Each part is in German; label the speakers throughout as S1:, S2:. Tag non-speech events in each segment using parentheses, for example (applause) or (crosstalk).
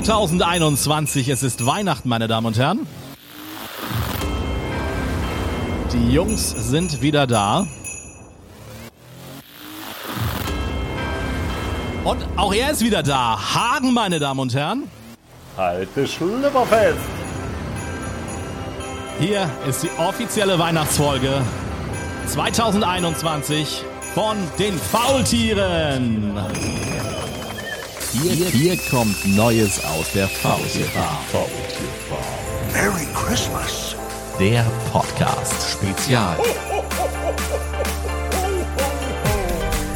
S1: 2021, es ist Weihnachten, meine Damen und Herren. Die Jungs sind wieder da. Und auch er ist wieder da. Hagen, meine Damen und Herren.
S2: Alte Schlüpperfest.
S1: Hier ist die offizielle Weihnachtsfolge 2021 von den Faultieren. Hier, hier, hier kommt Neues aus der Faultierfarm.
S3: Merry Christmas. Oh,
S1: Der Podcast Spezial.
S3: oh.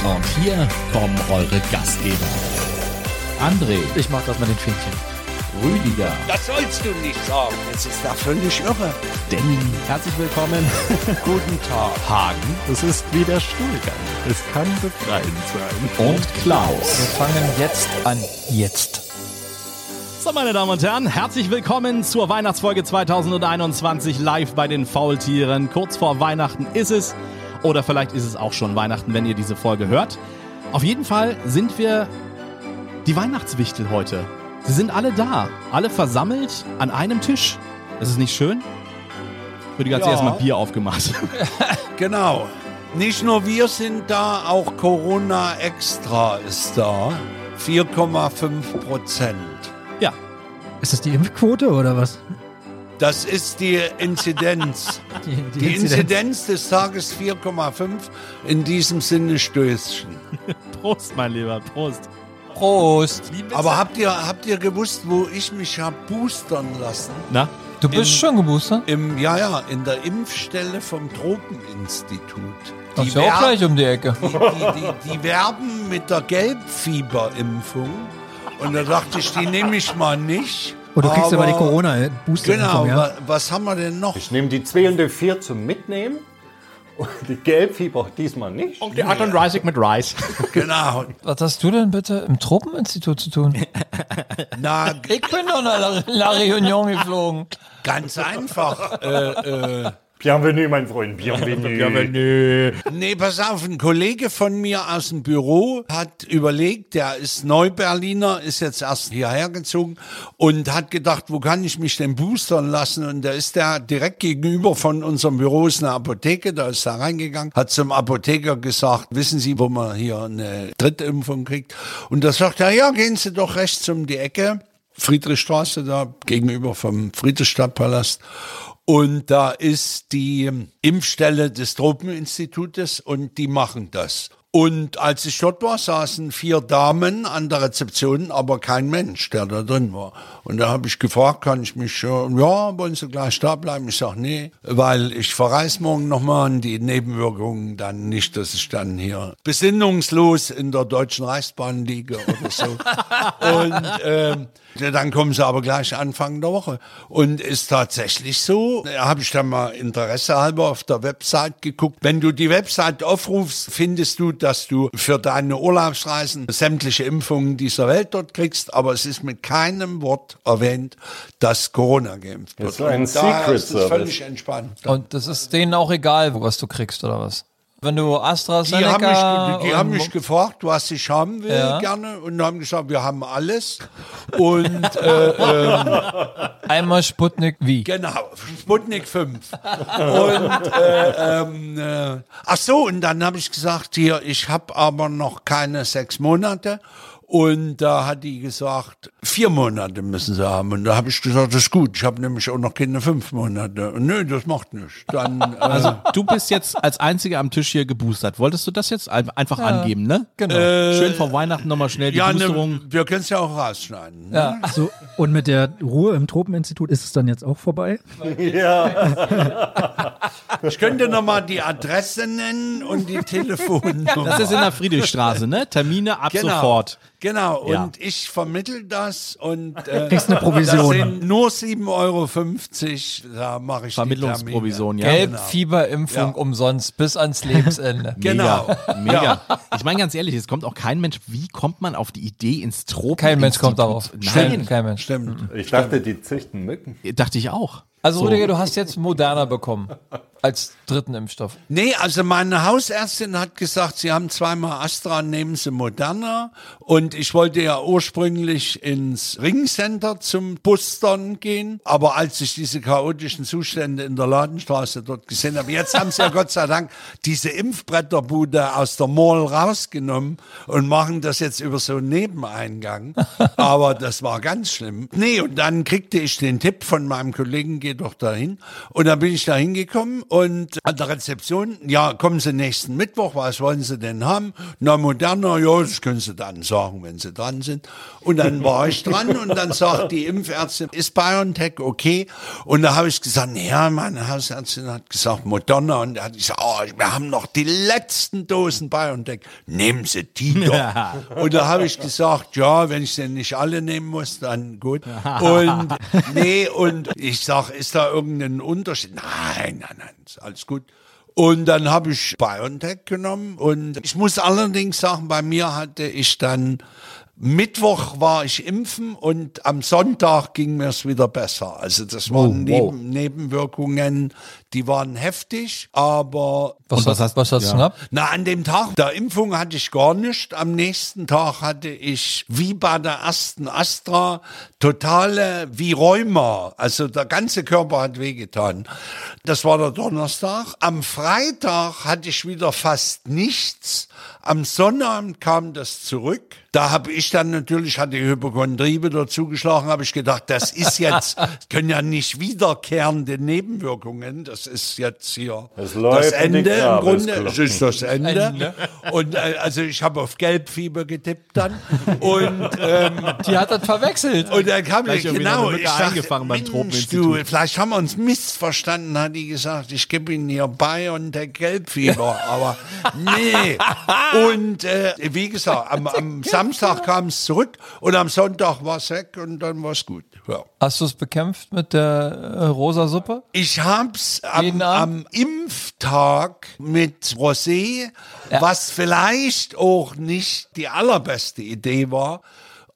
S1: Und hier kommen eure Gastgeber. André. Ich mag das mit den Fähnchen. Rüdiger.
S3: Das sollst du nicht sagen. Es ist da völlig irre.
S1: Danny.
S4: Herzlich willkommen.
S3: Guten Tag.
S1: Hagen.
S4: Es ist wieder Stuhlgang. Es kann befreiend sein.
S1: Und Klaus.
S4: Wir fangen jetzt an. Jetzt.
S1: So, meine Damen und Herren, herzlich willkommen zur Weihnachtsfolge 2021 live bei den Faultieren. Kurz vor Weihnachten ist es. Oder vielleicht ist es auch schon Weihnachten, wenn ihr diese Folge hört. Auf jeden Fall sind wir die Weihnachtswichtel heute. Sie sind alle da, alle versammelt an einem Tisch. Ist es nicht schön? Rüdiger hat sich
S3: Ja.
S1: erstmal ein Bier aufgemacht. (laughs)
S3: Genau. Nicht nur wir sind da, auch Corona Extra ist da. 4,5 Prozent.
S1: ja,
S5: Ist das die Impfquote oder was?
S3: Das ist die
S4: (laughs)
S3: Inzidenz.
S5: Die, die
S3: Die
S5: Inzidenz.
S3: Inzidenz des Tages 4,5. In diesem Sinne Stößchen.
S1: Prost, mein Lieber, Prost.
S4: Prost.
S3: Aber habt ihr, habt ihr gewusst, wo ich mich hab boostern lassen?
S1: Na,
S4: Du bist
S3: In-
S4: schon geboostert?
S3: Im, ja, ja, in der Impfstelle vom Tropeninstitut.
S4: Das ist ja auch
S3: wer-
S4: gleich um die Ecke.
S3: die, die, die, die werben mit der Gelbfieberimpfung. Und da dachte ich, die nehme ich mal nicht.
S5: Oh, du kriegst aber, die Corona-Booster.
S3: Genau,
S5: Impfung,
S3: wa-
S5: ja?
S3: was haben wir denn noch?
S2: Ich nehme die zählende 4 zum Mitnehmen. Und die Gelbfieber diesmal nicht.
S1: die 38 mit (laughs) Rice.
S3: Genau.
S4: Was hast du denn bitte im Tropeninstitut zu tun?
S3: Na,
S4: (laughs) Ich bin doch nach La, La Réunion geflogen.
S3: ganz einfach. Äh, äh,
S2: Bienvenue, mein
S1: (laughs)
S2: Freund. Bienvenue.
S3: nee, pass auf, ein Kollege von mir aus dem Büro hat überlegt, der ist Neuberliner, ist jetzt erst hierher gezogen und hat gedacht, wo kann ich mich denn boostern lassen? Und da ist der direkt gegenüber von unserem Büro ist eine Apotheke, da ist er reingegangen, hat zum Apotheker gesagt, wissen Sie, wo man hier eine Drittimpfung kriegt? Und da sagt er, ja, gehen Sie doch rechts um die Ecke. Friedrichstraße da gegenüber vom Friedrichstadtpalast. Und da ist die Impfstelle des Tropeninstitutes und die machen das. Und als ich dort war, saßen vier Damen an der Rezeption, aber kein Mensch, der da drin war. Und da habe ich gefragt, kann ich mich, äh, ja, wollen Sie gleich da bleiben? Ich sage, nee, weil ich verreise morgen nochmal und die Nebenwirkungen dann nicht, dass ich dann hier besinnungslos in der Deutschen Reichsbahn liege oder so. Und ähm, ja, dann kommen sie aber gleich Anfang der Woche. Und ist tatsächlich so, äh, habe ich dann mal interessehalber auf der Website geguckt. Wenn du die Website aufrufst, findest du, dass du für deine Urlaubsreisen sämtliche Impfungen dieser Welt dort kriegst. Aber es ist mit keinem Wort erwähnt, dass Corona geimpft wird.
S2: ist so ein
S3: Und daher
S2: Secret
S3: ist es völlig
S2: Service.
S3: entspannt.
S4: Und das ist denen auch egal, was du kriegst oder was. Wenn du
S3: Die haben,
S4: AstraZeneca...
S3: mich, die haben
S4: und-
S3: mich gefragt, was ich haben will,
S4: Ja.
S3: gerne. Und haben gesagt, wir haben alles. Und äh, ähm,
S4: Einmal Sputnik wie?
S3: Genau, Sputnik 5. und, äh, ähm, äh, ach so, und dann habe ich gesagt, hier, ich habe aber noch keine sechs Monate. Und da hat die gesagt, vier Monate müssen sie haben. Und da habe ich gesagt, das ist gut, ich habe nämlich auch noch keine fünf Monate. Und nö, das macht nichts. Dann, äh,
S1: (laughs) Also du bist jetzt als Einziger am Tisch hier geboostert. Wolltest du das jetzt ein- einfach angeben, ne?
S4: Genau.
S1: Schön vor Weihnachten nochmal schnell die
S3: ja, ne,
S1: Boosterung.
S3: wir können es ja auch rausschneiden. ne?
S4: Ja.
S5: So, und mit der Ruhe im Tropeninstitut ist es dann jetzt auch vorbei?
S3: Ich könnte nochmal die Adresse nennen und die Telefonnummer.
S1: Das ist in der Friedrichstraße, ne? Termine ab
S3: Genau.
S1: sofort.
S3: Genau,
S1: Ja.
S3: und ich vermittel das und äh,
S5: Kriegst eine Provision.
S3: Das sind nur 7,50 Euro, da mache ich
S1: Vermittlungsprovision, ja.
S4: Gelbfieberimpfung
S3: Ja.
S4: umsonst bis ans Lebensende.
S1: Mega,
S3: (laughs) genau.
S1: Mega.
S3: Ja.
S1: Ich meine ganz ehrlich, es kommt auch kein Mensch. Wie kommt man auf die Idee ins Tropen?
S4: Kein Mensch kommt darauf.
S1: Nein,
S4: Kein
S3: Die
S4: Mensch.
S3: Termine. Stimmt.
S2: Ich dachte, die züchten Mücken.
S1: dachte ich auch.
S4: Also Rüdiger, du hast jetzt moderner bekommen. als dritten Impfstoff.
S3: Nee, also meine Hausärztin hat gesagt, sie haben zweimal Astra, nehmen sie Moderna. Und ich wollte ja ursprünglich ins Ringcenter zum Bustern gehen. Aber als ich diese chaotischen Zustände in der Ladenstraße dort gesehen habe, jetzt haben
S1: (laughs)
S3: sie ja Gott sei Dank diese Impfbretterbude aus der Mall rausgenommen und machen das jetzt über so einen Nebeneingang. Aber das war ganz schlimm. Nee, und dann kriegte ich den Tipp von meinem Kollegen, geh doch dahin. Und dann bin ich da hingekommen und an der Rezeption, ja, kommen Sie nächsten Mittwoch, was wollen Sie denn haben? Na, Moderna, ja, das können Sie dann sagen, wenn Sie dran sind. Und dann war ich dran und dann sagt die Impfärztin, ist BioNTech okay? Und da habe ich gesagt, ja, meine Hausärztin hat gesagt, Moderna. Und da hat gesagt, oh, wir haben noch die letzten Dosen BioNTech. Nehmen Sie die doch.
S1: Ja.
S3: Und da habe ich gesagt, ja, wenn ich denn nicht alle nehmen muss, dann gut. Und nee, und ich sag, ist da irgendein Unterschied? Nein, nein, nein, ist alles gut. Und dann habe ich BioNTech genommen und ich muss allerdings sagen, bei mir hatte ich dann Mittwoch war ich impfen und am Sonntag ging mir es wieder besser. Also das waren Neben Nebenwirkungen, die waren heftig, aber
S4: Was, hast, was hast du gehabt?
S3: na, an dem Tag der Impfung hatte ich gar nichts. Am nächsten Tag hatte ich, wie bei der ersten Astra, totale wie Rheuma. Also der ganze Körper hat wehgetan. Das war der Donnerstag. Am Freitag hatte ich wieder fast nichts. Am Sonnabend kam das zurück. Da habe ich dann natürlich, hatte die Hypochondrie wieder zugeschlagen, habe ich gedacht, das
S2: (laughs)
S3: ist jetzt, das können ja nicht wiederkehrende Nebenwirkungen. Das ist jetzt hier
S2: Es läuft
S3: das
S2: in die
S3: Ende im
S2: Grabesglocke.
S3: Grunde. Es ist das Ende. Und äh, also ich habe auf Gelbfieber getippt
S1: (laughs)
S3: dann. Und, ähm,
S4: Die hat das verwechselt.
S3: und dann kam
S1: Gleich
S3: ich
S1: irgendwie noch
S3: genau,
S1: eine
S3: ich
S1: Lücke
S3: dachte,
S1: eingefangen beim
S3: Mensch,
S1: Tropeninstitut.
S3: du, vielleicht haben wir uns missverstanden, hat die gesagt, ich gebe Ihnen hier
S1: (laughs)
S3: Bayern Gelbfieber, aber nee. Und äh, wie gesagt, am, am Samstag kam es zurück und am Sonntag war es weg und dann war es gut. Ja.
S4: Hast du es bekämpft mit der äh, rosa Suppe?
S3: Ich hab's
S4: Jeden
S3: am, am
S4: Abend?
S3: Impftag mit Rosé, was vielleicht auch nicht die allerbeste Idee war.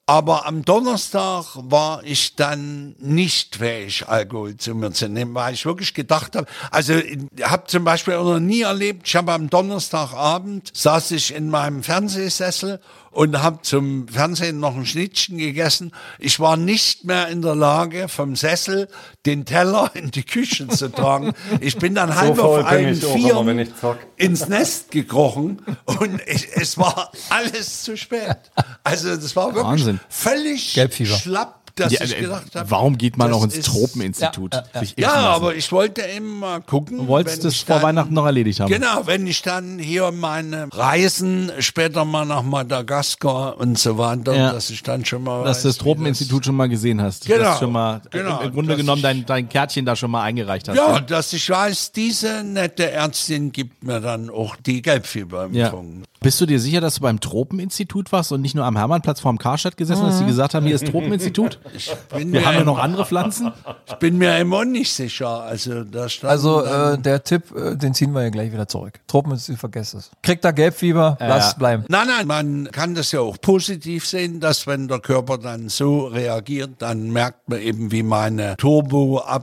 S3: Aber am Donnerstag war ich dann nicht fähig, Alkohol zu mir zu nehmen, weil ich wirklich gedacht habe, also ich habe zum Beispiel auch noch nie erlebt, ich habe am Donnerstagabend saß ich in meinem Fernsehsessel und habe zum Fernsehen noch ein Schnittchen gegessen. Ich war nicht mehr in der Lage, vom Sessel den Teller in die Küche zu
S2: (laughs)
S3: tragen. Ich bin dann halb
S2: faul
S3: auf
S2: bin
S3: allen
S2: ich auch, aber wenn
S3: Vieren
S2: ich zock.
S3: ins Nest gekrochen und ich, es war alles zu spät. Also das war wirklich
S1: Wahnsinn.
S3: völlig
S4: Gelbfieber.
S3: schlapp, dass
S1: Ja,
S3: ich
S1: äh,
S3: gedacht habe.
S1: warum geht man
S3: das
S1: noch ins
S3: ist-
S1: Tropeninstitut?
S4: Ja, ja, ja.
S1: Sich impfen
S3: Ja,
S1: lassen?
S3: aber ich wollte eben mal gucken.
S1: Du wolltest
S3: wenn
S1: es
S3: ich
S1: vor
S3: dann-
S1: Weihnachten noch erledigt haben.
S3: Genau, wenn ich dann hier meine Reisen später mal nach Madagaskar und so weiter,
S1: Ja.
S3: dass ich dann schon mal.
S1: Dass du das
S3: wie
S1: Tropeninstitut schon mal gesehen hast.
S3: Genau,
S1: Dass du schon mal äh,
S3: genau,
S1: im- im Grunde
S3: dass
S1: genommen
S3: ich-
S1: dein, dein Kärtchen da schon mal eingereicht hast. ne?
S3: Ja, dass ich weiß, diese nette Ärztin gibt mir dann auch die Gelbfieberimpfung.
S1: Bist du dir sicher, dass du beim Tropeninstitut warst und nicht nur am Hermannplatz vorm Karstadt gesessen hast, die gesagt haben, hier ist Tropeninstitut?
S3: Bin
S1: Wir
S3: mir
S1: haben ja
S3: im-
S1: noch andere Pflanzen.
S3: Ich bin mir immer auch nicht sicher. Also, da stand
S4: Also äh, der Tipp, äh, den ziehen wir ja gleich wieder zurück. Truppen ist, vergesst es. Kriegt da Gelbfieber, lass es bleiben.
S3: Nein, nein, man kann das ja auch positiv sehen, dass wenn der Körper dann so reagiert, dann merkt man eben, wie meine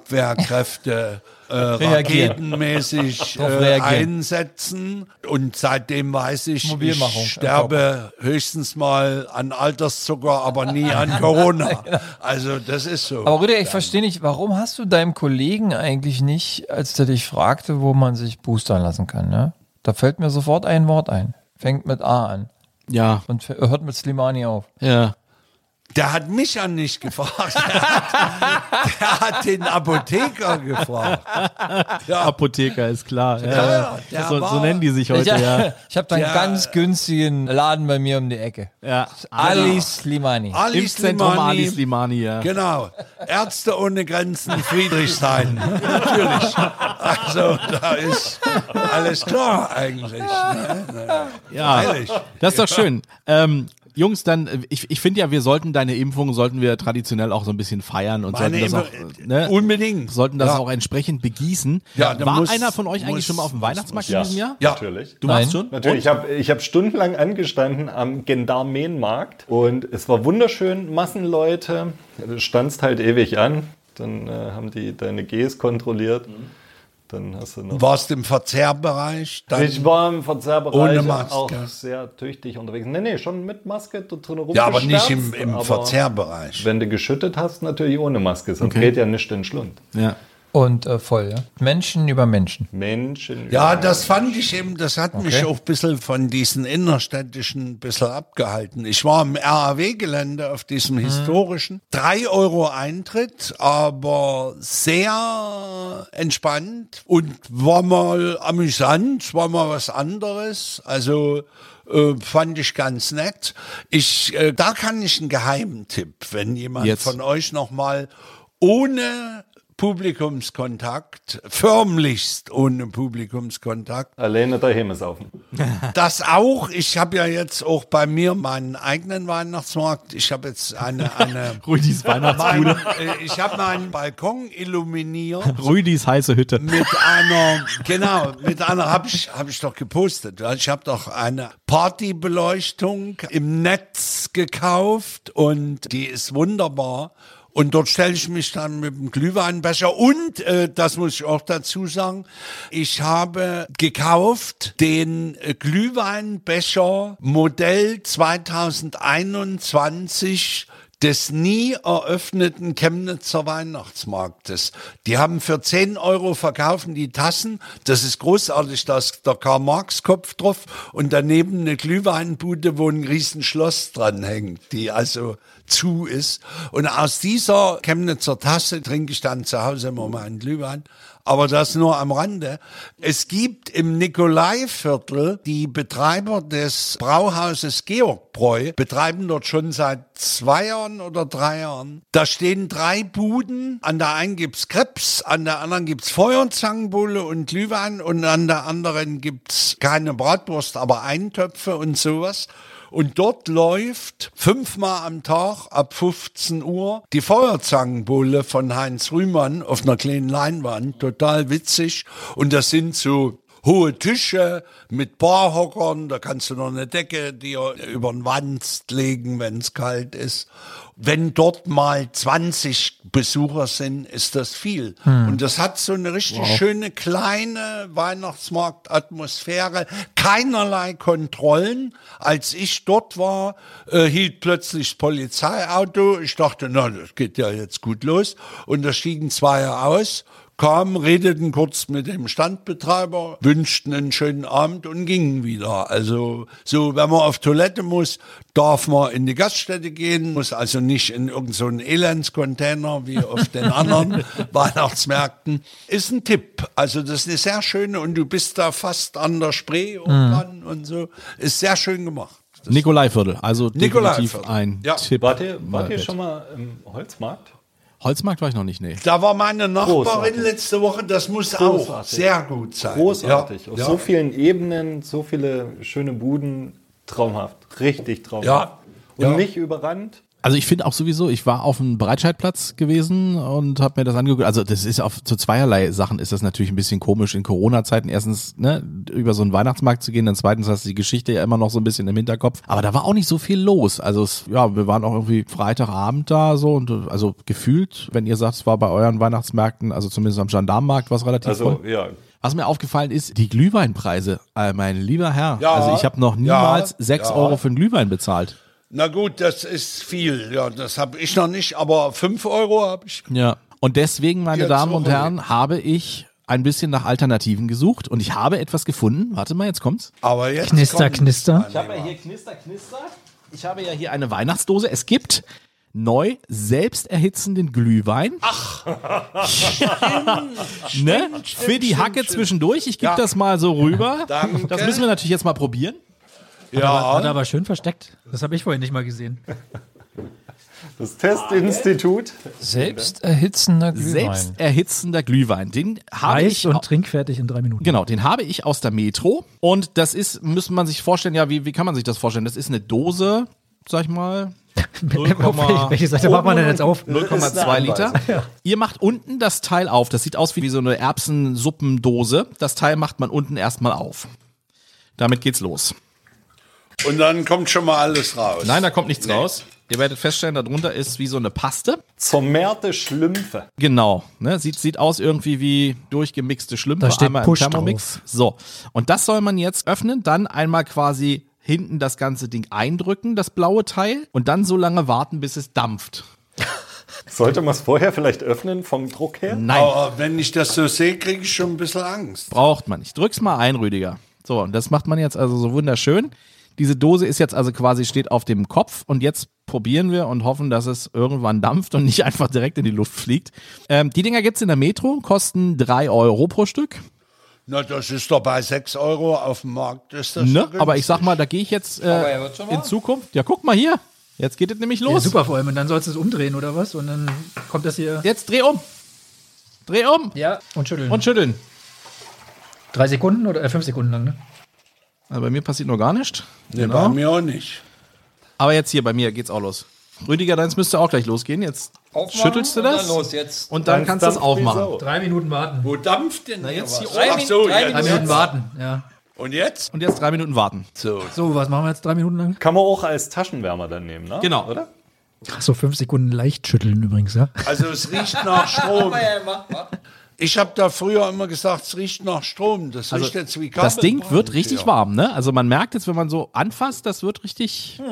S3: Turboabwehrkräfte äh,
S4: (laughs) Reagieren. (laughs)
S3: raketenmäßig äh,
S4: Drauf reagieren.
S3: einsetzen. Und seitdem weiß ich,
S4: Mobilmachung im
S3: ich sterbe höchstens mal an Alterszucker, aber
S4: (laughs)
S3: nie an Corona. Also das ist so.
S4: Aber Rüdiger, ich verstehe nicht, warum hast du deinem Kollegen eigentlich nicht, als der dich fragte, wo man sich boostern lassen kann, ne? Da fällt mir sofort ein Wort ein. Fängt mit A an
S1: Ja,
S4: und f- hört mit Slimani auf.
S1: ja.
S3: Der hat mich ja nicht gefragt. (laughs) Der hat, der hat den Apotheker gefragt.
S1: Apotheker ist klar. Ja, ja.
S3: der
S1: so, so
S3: war-
S1: nennen die sich heute,
S4: ich
S1: ja.
S4: (laughs) ich habe da einen
S3: Ja.
S4: ganz günstigen Laden bei mir um die Ecke.
S1: ja.
S4: Ali Slimani.
S3: Ali
S1: Impfzentrum
S3: Slimani.
S1: Ali Slimani, ja.
S3: Genau. Ärzte ohne Grenzen, Friedrichshain. Natürlich. Also, da ist alles klar eigentlich. Ne?
S1: ja.
S3: Ehrlich.
S1: Das ist doch schön. Ähm, Jungs, dann, äh, ich, ich finde ja, wir sollten deine Impfung, sollten wir traditionell auch so ein bisschen feiern und sollten
S3: Meine
S1: das, auch,
S3: Impfung-
S1: äh, ne,
S3: Unbedingt.
S1: sollten das
S3: Ja.
S1: auch entsprechend begießen.
S3: Ja, dann
S1: War
S3: muss-
S1: einer von euch eigentlich
S3: muss-
S1: schon mal auf dem Weihnachtsmarkt in
S2: Ja.
S1: diesem Jahr?
S3: Ja.
S2: Natürlich.
S1: Du
S4: Nein.
S1: warst schon?
S2: Natürlich, ich habe ich hab stundenlang angestanden am Gendarmenmarkt und es war wunderschön, Massenleute. Du standst halt ewig an, dann äh, haben die deine Gs kontrolliert. Dann hast du noch.
S3: Warst im Verzehrbereich? Dann,
S2: Ich war im Verzehrbereich
S3: Ohne Maske.
S2: auch sehr tüchtig unterwegs. Nee, nee, schon mit Maske dort drin
S3: ja, aber nicht im, im
S2: aber
S3: Verzehrbereich.
S2: Wenn du geschüttet hast, natürlich ohne Maske, sonst geht ja nicht in den Schlund.
S1: Ja.
S4: Und äh, voll, ja. Menschen über Menschen.
S2: Menschen.
S3: Ja, das fand ich eben, das hat mich auch ein bisschen von diesen innerstädtischen ein bisschen abgehalten. Ich war im RAW-Gelände auf diesem historischen. Drei Euro Eintritt, aber sehr entspannt und war mal amüsant, war mal was anderes. Also äh, fand ich ganz nett. Ich, äh, da kann ich einen Geheimtipp, wenn jemand
S1: Jetzt.
S3: von euch nochmal ohne Publikumskontakt, förmlichst ohne Publikumskontakt.
S2: Alleine daheim saufen.
S3: Das auch, ich habe ja jetzt auch bei mir meinen eigenen Weihnachtsmarkt. Ich habe jetzt eine,
S1: (laughs)
S3: eine
S1: Rüdis
S3: mein,
S1: Weihnachtsbude.
S3: äh, ich habe meinen Balkon illuminiert.
S1: Rüdis heiße Hütte.
S3: Mit einer, genau, mit einer habe ich, hab ich doch gepostet. Also Ich habe doch eine Partybeleuchtung im Netz gekauft und die ist wunderbar. Und dort stelle ich mich dann mit dem Glühweinbecher und, äh, das muss ich auch dazu sagen, ich habe gekauft den äh, Glühweinbecher Modell 2021 des nie eröffneten Chemnitzer Weihnachtsmarktes. Die haben für 10 Euro verkaufen die Tassen. Das ist großartig, da ist der Karl-Marx-Kopf drauf und daneben eine Glühweinbude, wo ein Riesenschloss dran hängt, die also zu ist. Und aus dieser Chemnitzer Tasse trinke ich dann zu Hause immer meinen Glühwein. Aber das nur am Rande. Es gibt im Nikolaiviertel die Betreiber des Brauhauses Georg Bräu, betreiben dort schon seit zwei Jahren oder drei Jahren. Da stehen drei Buden. An der einen gibt's Krebs, an der anderen gibt's Feuerzangenbowle und Glühwein und an der anderen gibt's keine Bratwurst, aber Eintöpfe und sowas. Und dort läuft fünfmal am Tag ab 15 Uhr die Feuerzangenbowle von Heinz Rühmann auf einer kleinen Leinwand. Total witzig. Und das sind so hohe Tische mit Barhockern. Da kannst du noch eine Decke dir über den Wanst legen, wenn es kalt ist. Wenn dort mal 20 Besucher sind, ist das viel. Und das hat so eine richtig schöne kleine Weihnachtsmarktatmosphäre. Keinerlei Kontrollen. Als ich dort war, äh, hielt plötzlich das Polizeiauto. Ich dachte, na, das geht ja jetzt gut los. Und da stiegen zwei aus kamen, redeten kurz mit dem Standbetreiber, wünschten einen schönen Abend und gingen wieder. Also so, wenn man auf Toilette muss, darf man in die Gaststätte gehen, muss also nicht in irgendeinen so einen Elendscontainer wie auf den anderen Weihnachtsmärkten. Ist ein Tipp. Also das ist eine sehr schöne und du bist da fast an der Spree und dran und so. Ist sehr schön gemacht.
S1: Nikolaiviertel. Also definitiv
S3: Nikolaiviertel.
S1: ein
S3: Ja.
S1: Tipp.
S2: Wart ihr, wart ihr
S1: Wert.
S2: schon mal im Holzmarkt?
S1: Holzmarkt war ich noch nicht, nee.
S3: Da war meine Nachbarin
S2: Großartig.
S3: letzte Woche, das muss auch
S2: Großartig.
S3: sehr gut sein.
S2: Großartig.
S3: Ja,
S2: Auf
S3: ja.
S2: so vielen Ebenen, so viele schöne Buden. Traumhaft. Richtig traumhaft.
S3: Ja.
S2: Und
S3: Ja.
S2: nicht überrannt.
S1: Also ich finde auch sowieso, ich war auf dem Breitscheidplatz gewesen und habe mir das angeguckt. Also das ist auf zu zweierlei Sachen ist das natürlich ein bisschen komisch in Corona-Zeiten. Erstens ne, über so einen Weihnachtsmarkt zu gehen, dann zweitens hast du die Geschichte ja immer noch so ein bisschen im Hinterkopf. Aber da war auch nicht so viel los. Also es, ja, wir waren auch irgendwie Freitagabend da so und äh, also gefühlt, wenn ihr sagt, es war bei euren Weihnachtsmärkten, also zumindest am Gendarmenmarkt war es relativ
S2: Also,
S1: voll.
S2: ja.
S1: Was mir aufgefallen ist, die Glühweinpreise, äh, mein lieber Herr.
S3: Ja,
S1: also ich habe noch
S3: ja,
S1: niemals sechs
S3: ja.
S1: Euro für einen Glühwein bezahlt.
S3: Na gut, das ist viel. Ja, das habe ich noch nicht, aber 5 Euro habe ich.
S1: Ja. Und deswegen, meine
S3: Jetzt
S1: Damen und
S3: auch.
S1: Herren, habe ich ein bisschen nach Alternativen gesucht und ich habe etwas gefunden. Warte mal, jetzt kommt's.
S3: Aber jetzt
S5: Knister,
S3: kommt-
S5: knister.
S3: Ah,
S1: Ich habe ja hier Knister, Knister. Ich habe ja hier eine Weihnachtsdose. Es gibt neu selbst erhitzenden Glühwein. Ach, ne? Für die Hacke zwischendurch. Ich gebe
S3: Ja.
S1: das mal so rüber.
S3: Danke.
S1: Das müssen wir natürlich jetzt mal probieren.
S5: Hat
S1: ne?
S5: er
S3: Ja,
S5: aber schön versteckt. Das habe ich vorhin nicht mal gesehen.
S2: Das Testinstitut.
S4: Selbst erhitzender Glühwein.
S1: Selbst erhitzender Glühwein. Den habe
S5: Heiß
S1: ich
S5: und trinkfertig in drei Minuten.
S1: Genau, den habe ich aus der Metro. Und das ist, müsste man sich vorstellen, ja, wie, wie kann man sich das vorstellen? Das ist eine Dose, sag ich mal,
S5: (laughs) Welche welche Seite macht man denn jetzt auf?
S1: 0,2 Liter. Ihr macht unten das Teil auf. Das sieht aus wie so eine Erbsensuppendose. Das Teil macht man unten erstmal auf. Damit geht's los.
S3: und dann kommt schon mal alles raus.
S1: Nein, da kommt nichts raus. Ihr werdet feststellen, darunter ist wie so eine Paste.
S2: Zermehrte Schlümpfe.
S1: Genau. Ne? Sieht, sieht aus irgendwie wie durchgemixte Schlümpfe.
S5: Da steht
S1: einmal
S5: Push
S1: im Thermomix. So. Und das soll man jetzt öffnen, dann einmal quasi hinten das ganze Ding eindrücken, das blaue Teil, und dann so lange warten, bis es dampft.
S2: Sollte man es vorher vielleicht öffnen vom Druck her?
S1: Nein,
S3: Aber wenn ich das so sehe, kriege ich schon ein bisschen Angst.
S1: braucht man nicht. Drück's mal ein, Rüdiger. So, und das macht man jetzt also so wunderschön. Diese Dose ist jetzt also quasi steht auf dem Kopf und jetzt probieren wir und hoffen, dass es irgendwann dampft und nicht einfach direkt in die Luft fliegt. Ähm, die Dinger gibt's in der Metro, kosten drei Euro pro Stück.
S3: Na, das ist doch bei 6 Euro auf dem Markt. Ist das
S1: Ne?
S3: schon
S1: Aber ich
S3: günstig.
S1: sag mal, da gehe ich jetzt
S4: Aber
S1: äh,
S4: er wird schon
S1: in
S4: warm.
S1: Zukunft. Ja, guck mal hier. Jetzt geht es nämlich
S5: Ja,
S1: los.
S5: super vor allem. Und dann sollst du es umdrehen oder was? Und dann kommt das hier.
S1: Jetzt dreh um. Dreh um
S5: Ja, und schütteln.
S1: und schütteln.
S5: Drei Sekunden oder äh, fünf Sekunden lang, ne?
S1: Also bei mir passiert noch gar nichts.
S3: Nee, bei mir auch nicht.
S1: Aber jetzt hier bei mir geht's auch los. Rüdiger, deins müsste auch gleich losgehen. Jetzt
S4: Aufmachen
S1: schüttelst du
S4: und dann
S1: das
S4: los jetzt.
S1: und dann
S2: Deins
S1: kannst du es
S2: dampft wie
S1: aufmachen.
S2: Sau.
S5: Drei Minuten warten.
S3: Wo dampft denn Na,
S1: jetzt hier
S3: Ach so,
S4: Drei
S3: jetzt.
S5: Drei Minuten warten, ja.
S3: Und jetzt?
S1: Und jetzt drei Minuten warten.
S3: So.
S5: So, was machen wir jetzt drei Minuten lang?
S2: Kann man auch als Taschenwärmer dann nehmen, ne?
S1: Genau.
S2: Oder?
S5: Ach so, fünf Sekunden leicht schütteln übrigens, ja.
S3: Also es riecht nach
S4: (laughs)
S3: Strom.
S4: Ja, mach, mach.
S3: Ich habe da früher immer gesagt, es riecht nach Strom. Das
S4: Also
S3: riecht jetzt wie Kabel.
S1: Das Ding wird richtig warm, ne? Also man merkt jetzt, wenn man so anfasst, das wird richtig.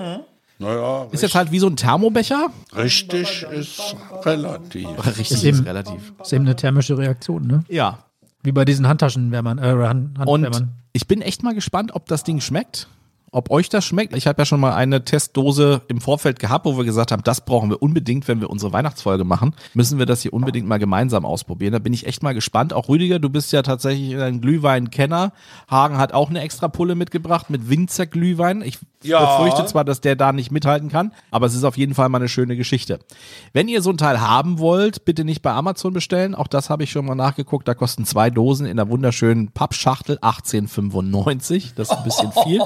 S3: Naja,
S1: Ist jetzt halt wie so ein Thermobecher.
S3: richtig ist relativ.
S1: Richtig
S5: eben-
S1: ist relativ.
S5: Ist eben eine thermische Reaktion, ne?
S1: Ja.
S5: Wie bei diesen Handtaschenwärmern, äh, Hand,
S1: Und
S5: Handwärmern.
S1: ich bin echt mal gespannt, ob das Ding schmeckt. Ob euch das schmeckt. Ich habe ja schon mal eine Testdose im Vorfeld gehabt, wo wir gesagt haben, das brauchen wir unbedingt, wenn wir unsere Weihnachtsfolge machen. Müssen wir das hier unbedingt mal gemeinsam ausprobieren. Da bin ich echt mal gespannt. Auch Rüdiger, du bist ja tatsächlich ein Glühweinkenner. Hagen hat auch eine extra Pulle mitgebracht mit Winzerglühwein. Ich
S3: Ja.
S1: befürchte zwar, dass der da nicht mithalten kann, aber es ist auf jeden Fall mal eine schöne Geschichte. Wenn ihr so ein Teil haben wollt, bitte nicht bei Amazon bestellen. Auch das habe ich schon mal nachgeguckt. Da kosten zwei Dosen in einer wunderschönen Pappschachtel 18,95. Das ist ein bisschen viel.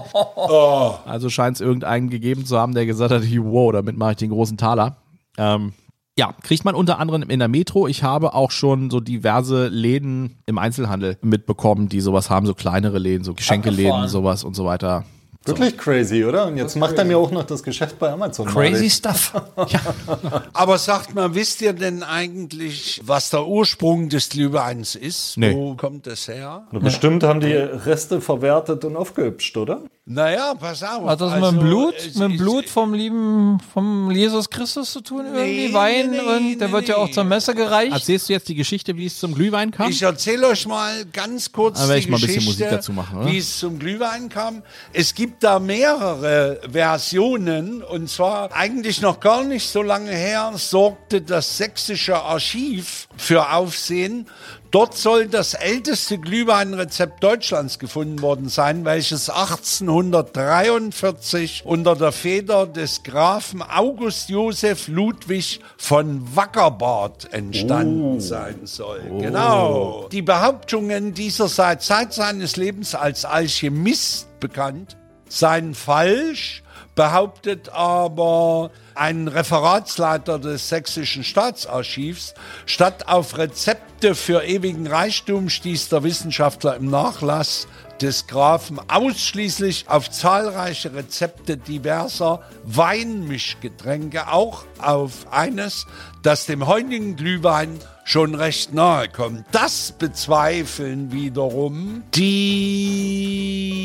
S1: Also scheint es irgendeinen gegeben zu haben, der gesagt hat, wow, damit mache ich den großen Taler. Ähm, ja, kriegt man unter anderem in der Metro. Ich habe auch schon so diverse Läden im Einzelhandel mitbekommen, die sowas haben, so kleinere Läden, so Geschenkeläden,
S4: Abgefahren.
S1: sowas und so weiter.
S2: Wirklich crazy, oder? Und jetzt macht er mir auch noch das Geschäft bei Amazon.
S4: Crazy
S2: malig.
S4: Stuff.
S3: Aber sagt mal, wisst ihr denn eigentlich, was der Ursprung des Glühweins ist?
S1: Nee.
S3: Wo kommt das her?
S2: Und Bestimmt haben die Reste verwertet und aufgehübscht, oder?
S3: Naja, pass auf.
S4: Hat das
S3: Also,
S4: mit dem Blut,
S3: es
S4: mit dem
S3: ist-
S4: Blut vom lieben, vom Jesus Christus zu tun? irgendwie Wein
S3: nee,
S4: und der
S3: nee,
S4: wird ja auch
S3: nee.
S4: zur Messe gereicht.
S1: Erzählst du jetzt die Geschichte, wie es zum Glühwein kam? Ah,
S3: Ich erzähle euch mal ganz kurz
S1: Da werd
S3: die
S1: ich mal ein bisschen
S3: Geschichte,
S1: Musik dazu machen, oder?
S3: wie es zum Glühwein kam. Es gibt da mehrere Versionen und zwar eigentlich noch gar nicht so lange her sorgte das sächsische Archiv für Aufsehen. Dort soll das älteste Glühweinrezept Deutschlands gefunden worden sein, welches 1843 unter der Feder des Grafen August Josef Ludwig von Wackerbart entstanden
S1: Oh.
S3: sein soll. Genau. Die Behauptungen dieser seit Zeit seines Lebens als Alchemist bekannt seien falsch, behauptet aber ein Referatsleiter des Sächsischen Staatsarchivs, statt auf Rezepte für ewigen Reichtum stieß der Wissenschaftler im Nachlass des Grafen ausschließlich auf zahlreiche Rezepte diverser Weinmischgetränke, auch auf eines, das dem heutigen Glühwein schon recht nahe kommt. Das bezweifeln wiederum die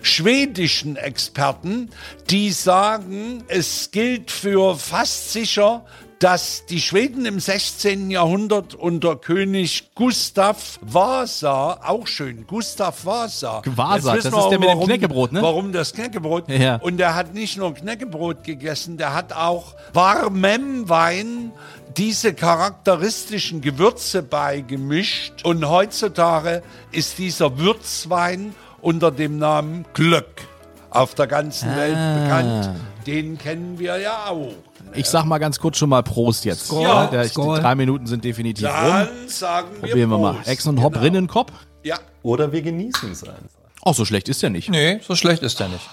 S3: schwedischen Experten, die sagen, es gilt für fast sicher, dass die Schweden im 16. Jahrhundert unter König Gustav Vasa, auch schön, Gustav Vasa.
S1: Vasa,
S3: Jetzt wissen
S1: das
S3: wir
S1: ist der
S3: auch,
S1: mit dem Knäckebrot, ne?
S3: Warum das Knäckebrot?
S1: Ja.
S3: Und der hat nicht nur Knäckebrot gegessen, der hat auch warmem Wein diese charakteristischen Gewürze beigemischt. Und heutzutage ist dieser Würzwein unter dem Namen Glöck auf der ganzen
S1: Ah.
S3: Welt bekannt. Den kennen wir ja auch.
S1: Ich sag mal ganz kurz schon mal Prost jetzt.
S5: Skol,
S1: ja, der, ich, die
S5: Skol.
S1: drei Minuten sind definitiv
S3: Dann
S1: rum.
S3: sagen wir
S1: Probieren wir mal.
S3: Prost.
S1: Ex und Hop
S3: Genau.
S1: Rinnenkopf.
S3: Ja.
S2: Oder wir genießen es einfach.
S1: Auch so schlecht ist der nicht.
S4: Nee, so schlecht ist der nicht.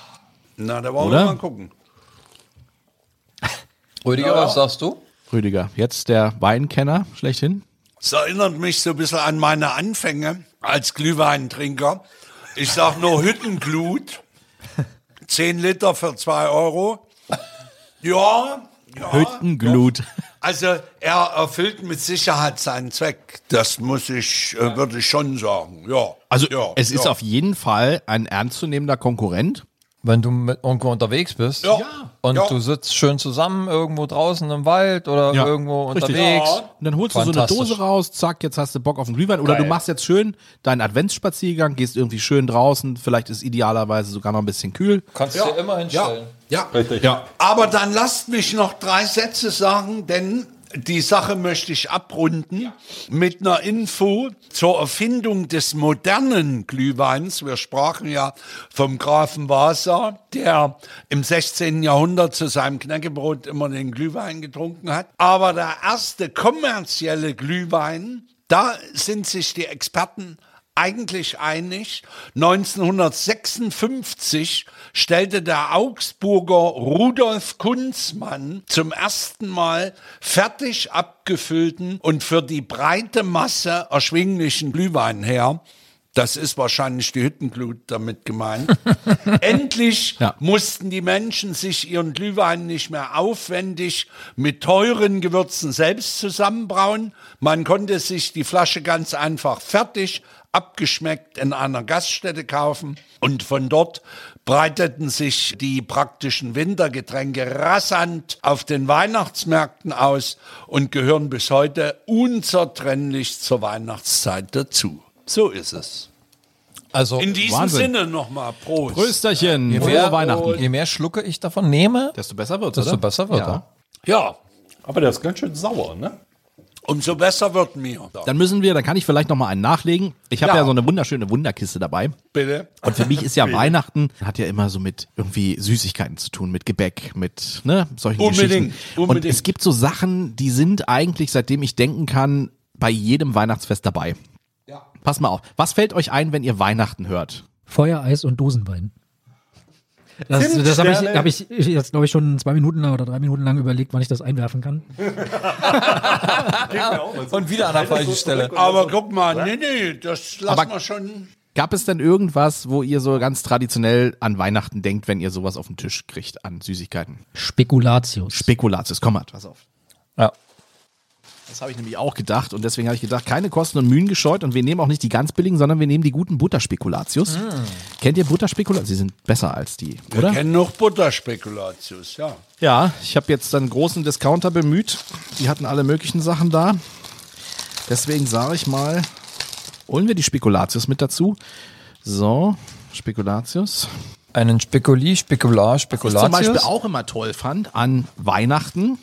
S3: Na, da wollen
S1: Oder?
S3: wir mal gucken.
S4: Rüdiger, was sagst du?
S1: Rüdiger, jetzt der Weinkenner schlechthin.
S3: Es erinnert mich so ein bisschen an meine Anfänge als Glühweintrinker.
S1: (laughs)
S3: Ich sag nur Hüttenglut. 10 Liter für 2 Euro. Ja, ja.
S1: Hüttenglut.
S3: Also er erfüllt mit Sicherheit seinen Zweck. Das muss ich, äh, würde ich schon sagen. Ja.
S1: Also
S3: ja,
S1: es ist
S3: ja.
S1: auf jeden Fall ein ernstzunehmender Konkurrent.
S4: Wenn du mit irgendwo unterwegs bist
S3: Ja.
S4: und
S3: Ja.
S4: du sitzt schön zusammen irgendwo draußen im Wald oder
S1: Ja.
S4: irgendwo
S1: Richtig.
S4: unterwegs.
S3: Ja.
S1: Und dann holst du so eine
S4: Fantastisch.
S1: Dose raus, zack, jetzt hast du Bock auf einen Glühwein. Oder du machst jetzt schön deinen Adventsspaziergang, gehst irgendwie schön draußen, vielleicht ist idealerweise sogar noch ein bisschen kühl.
S4: Kannst du dir immer hinstellen.
S3: Ja.
S2: Richtig.
S1: Ja.
S3: Aber dann lasst mich noch drei Sätze sagen, denn die Sache möchte ich abrunden mit einer Info zur Erfindung des modernen Glühweins. Wir sprachen ja vom Grafen Vasa, der im 16. Jahrhundert zu seinem Knäckebrot immer den Glühwein getrunken hat. Aber der erste kommerzielle Glühwein, da sind sich die Experten eigentlich einig. 1956 stellte der Augsburger Rudolf Kunzmann zum ersten Mal fertig abgefüllten und für die breite Masse erschwinglichen Glühwein her. Das ist wahrscheinlich die Hüttenglut damit gemeint.
S1: (laughs)
S3: Endlich
S1: Ja.
S3: mussten die Menschen sich ihren Glühwein nicht mehr aufwendig mit teuren Gewürzen selbst zusammenbrauen. Man konnte sich die Flasche ganz einfach fertig abgeschmeckt in einer Gaststätte kaufen und von dort breiteten sich die praktischen Wintergetränke rasant auf den Weihnachtsmärkten aus und gehören bis heute unzertrennlich zur Weihnachtszeit dazu. So ist es.
S4: Also
S3: In diesem
S1: Wahnsinn.
S3: Sinne nochmal Prost.
S1: Prösterchen, frohe
S4: mehr,
S1: Weihnachten.
S4: je mehr Schlucke ich davon nehme,
S1: Desto besser wird
S4: desto besser wird er.
S1: Ja.
S3: Ja,
S2: Aber der ist ganz schön sauer, ne?
S3: umso besser wird mir.
S1: Dann müssen wir, dann kann ich vielleicht noch mal einen nachlegen. Ich habe ja.
S3: Ja.
S1: so eine wunderschöne Wunderkiste dabei.
S3: Bitte.
S1: Und für mich ist ja Weihnachten, hat ja immer so mit irgendwie Süßigkeiten zu tun, mit Gebäck, mit ne, solchen
S3: Unbedingt,
S1: Geschichten. Und
S3: unbedingt.
S1: es gibt so Sachen, die sind eigentlich, seitdem ich denken kann, bei jedem Weihnachtsfest dabei.
S3: Ja.
S1: Pass mal auf, was fällt euch ein, wenn ihr Weihnachten hört?
S5: Feuer, Eis und Dosenwein. Das, das habe ich,
S2: Zimtsterne.
S5: hab ich jetzt, glaube ich, schon zwei Minuten lang oder drei Minuten lang überlegt, wann ich das einwerfen kann.
S4: Und wieder an der falschen Stelle.
S3: Aber guck mal, nee, nee, das lassen
S1: Aber-
S3: wir schon.
S1: Gab es denn irgendwas, wo ihr so ganz traditionell an Weihnachten denkt, wenn ihr sowas auf den Tisch kriegt an Süßigkeiten?
S5: Spekulatius.
S1: Spekulatius, komm mal, pass auf.
S4: Ja.
S1: Das habe ich nämlich auch gedacht und deswegen habe ich gedacht, keine Kosten und Mühen gescheut und wir nehmen auch nicht die ganz billigen, sondern wir nehmen die guten Butterspekulatius. Kennt ihr Butterspekulatius? Sie sind besser als die,
S3: Wir
S1: oder?
S3: kennen noch Butterspekulatius, ja.
S1: Ja, ich habe jetzt einen großen Discounter bemüht. Die hatten alle möglichen Sachen da. Deswegen sage ich mal, holen wir die Spekulatius mit dazu. So, Spekulatius.
S4: Einen Spekuli, Spekular,
S1: Was ich zum Beispiel
S4: Spekulatius.
S1: auch immer toll fand an Weihnachten.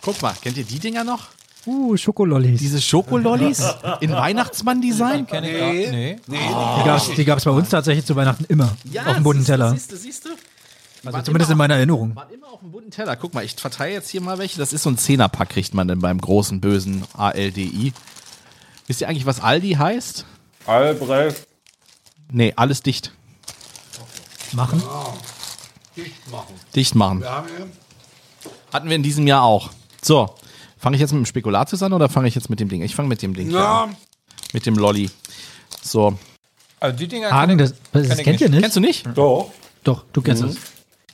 S1: Guck mal, kennt ihr die Dinger noch?
S5: Uh, Schokolollis.
S1: Diese (laughs) Schokolollis in Weihnachtsmann-Design?
S4: Nee. Nee.
S5: die gab's- die gab es bei uns tatsächlich zu Weihnachten immer. auf dem bunten Teller.
S1: Siehst du, siehst du?
S5: Also zumindest in meiner Erinnerung.
S1: Waren immer auf dem bunten Teller. Guck mal, ich verteile jetzt hier mal welche. Das ist so ein Zehnerpack, kriegt man denn beim großen, bösen ALDI. Wisst ihr eigentlich, was Aldi heißt?
S2: Albrecht.
S1: Nee, alles dicht.
S5: Machen.
S1: Dicht machen. Hatten wir in diesem Jahr auch. So, fange ich jetzt mit dem Spekulatius an oder fange ich jetzt mit dem Ding? Ich fange mit dem Ding an.
S3: Ja,
S1: Mit dem Lolli. So.
S4: Also die Dinger kenn
S5: Hagen, das, das
S4: ich
S5: kennt ihr nicht?
S1: Kennst du nicht?
S2: Doch.
S5: Doch, du kennst es.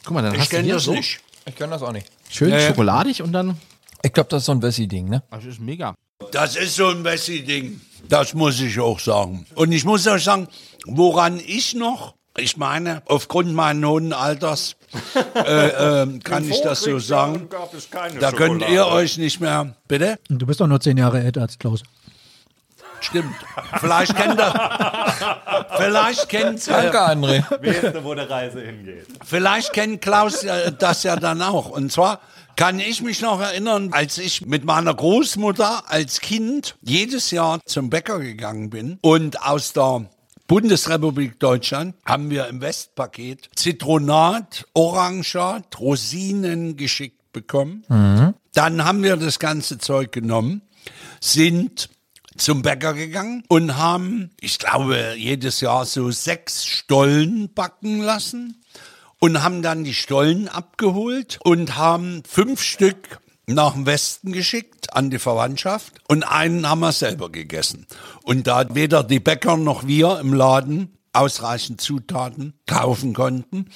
S1: Guck mal, dann
S3: ich
S1: hast du
S3: kenne
S1: hier
S3: das
S1: so
S3: nicht.
S4: Ich kenne das auch nicht.
S1: schön schokoladig und dann.
S4: Ich glaube, das ist so ein Wessi-Ding, ne?
S1: Das ist mega.
S3: Das ist so ein Messi-Ding. Das muss ich auch sagen. Und ich muss euch sagen, woran ich noch, ich meine, aufgrund meines hohen (laughs) Alters, äh, ähm, kann ich das so sagen.
S2: Gab es keine
S3: Da könnt ihr euch nicht mehr, bitte?
S5: Und Du bist doch nur zehn Jahre älter als Klaus.
S3: Stimmt. Vielleicht kennt ihr, (laughs)
S2: (laughs)
S3: vielleicht kennt, äh,
S4: Danke, André.
S2: Weißt du, wo die Reise hingeht?
S3: Vielleicht kennt Klaus ja das ja dann auch. Und zwar kann ich mich noch erinnern, als ich mit meiner Großmutter als Kind jedes Jahr zum Bäcker gegangen bin und aus der Bundesrepublik Deutschland haben wir im Westpaket Zitronat, Orangat, Rosinen geschickt bekommen. Dann haben wir das ganze Zeug genommen, sind zum Bäcker gegangen und haben, ich glaube, jedes Jahr so sechs Stollen backen lassen und haben dann die Stollen abgeholt und haben fünf Stück nach dem Westen geschickt an die Verwandtschaft und einen haben wir selber gegessen. Und da weder die Bäcker noch wir im Laden ausreichend Zutaten kaufen konnten,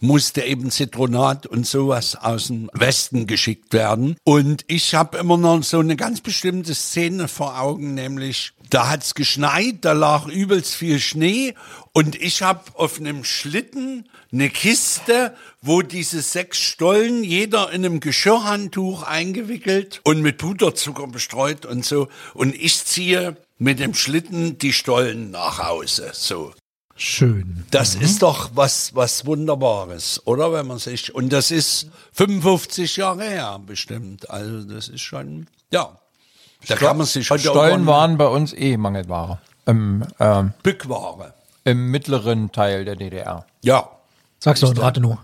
S3: musste eben Zitronat und sowas aus dem Westen geschickt werden. Und ich habe immer noch so eine ganz bestimmte Szene vor Augen, nämlich da hat's geschneit, da lag übelst viel Schnee und ich habe auf einem Schlitten eine Kiste, wo diese sechs Stollen, jeder in einem Geschirrhandtuch eingewickelt und mit Puderzucker bestreut und so. Und ich ziehe mit dem Schlitten die Stollen nach Hause. So.
S5: Schön.
S3: Das ist doch was, was Wunderbares, oder? Wenn man sich, und das ist 55 Jahre her bestimmt. Also, das ist schon, ja. Da kann man sich heute
S4: Stollen
S3: irgendwann-
S4: waren bei uns eh Mangelware. Im, ähm,
S3: Bückware.
S4: Im mittleren Teil der DDR.
S3: Ja.
S5: Sag's doch und rate nur.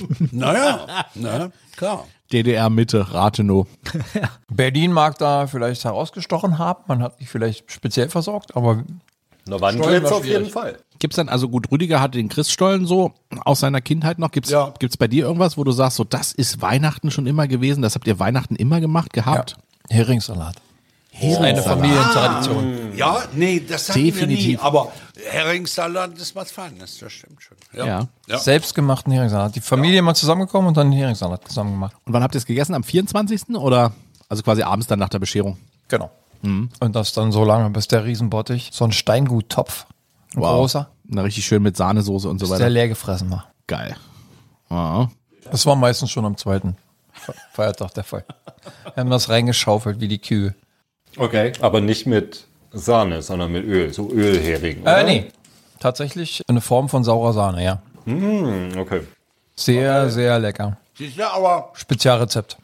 S3: (laughs) Naja, ne? Klar.
S1: DDR-Mitte, Rathenow.
S4: Berlin mag da vielleicht herausgestochen haben, man hat sich vielleicht speziell versorgt, aber
S2: Na, Wandlitz auf jeden Fall.
S1: Gibt's dann, also gut, Rüdiger hatte den Christstollen so aus seiner Kindheit noch. Gibt's,
S3: Ja.
S1: gibt's bei dir irgendwas, wo du sagst, so, das ist Weihnachten schon immer gewesen, das habt ihr Weihnachten immer gemacht, gehabt?
S4: Heringssalat. Ist eine Familientradition.
S3: Ja, nee, das hatten wir nie.
S1: Definitiv.
S3: Aber Heringssalat ist was Feines, das stimmt schon.
S1: Ja.
S3: Ja.
S4: Ah. Selbstgemachten Heringssalat. Die Familie mal zusammengekommen und dann den Heringssalat zusammen gemacht.
S1: Und wann habt ihr es gegessen? Am 24. oder? Also quasi abends dann nach der Bescherung.
S4: Genau. Und das dann so lange, bis der Riesenbottich, so ein Steinguttopf, ein großer,
S1: Oh, Na, richtig schön mit Sahnesoße und so
S4: bis der
S1: weiter.
S4: leer gefressen war.
S1: Geil. Ja.
S4: Das war meistens schon am zweiten Fe- Feiertag der Fall. Wir haben das reingeschaufelt wie die Kühe.
S2: Okay. Aber nicht mit Sahne, sondern mit Öl. So Ölhering.
S4: Äh,
S2: oder?
S4: nee. Tatsächlich eine Form von saurer Sahne, ja.
S2: Hm, Okay.
S4: Sehr, sehr lecker.
S3: Siehst du, aber
S4: Spezialrezept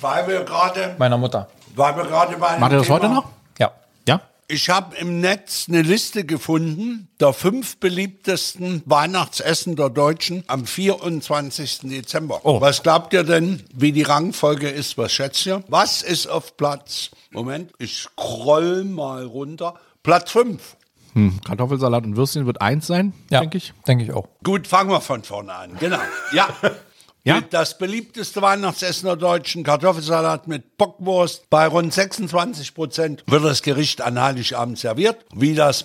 S3: weil wir gerade,
S4: meiner Mutter.
S3: weil wir gerade bei einem
S1: Macht ihr das
S3: Thema-
S1: heute noch?
S4: Ja.
S1: Ja?
S3: Ich habe im Netz eine Liste gefunden der fünf beliebtesten Weihnachtsessen der Deutschen am 24. Dezember.
S1: Oh.
S3: Was glaubt ihr denn, wie die Rangfolge ist? Was schätzt ihr? Was ist auf Platz? Moment, ich scroll mal runter. Platz 5.
S1: Hm, Kartoffelsalat und Würstchen wird eins sein,
S4: ja.
S1: denke ich.
S4: Denke ich auch.
S3: Gut, fangen wir von vorne an. Genau. Ja.
S1: Ja?
S3: Das beliebteste Weihnachtsessen der Deutschen, Kartoffelsalat mit Bockwurst. Bei rund 26 Prozent wird das Gericht an Heiligabend serviert, wie das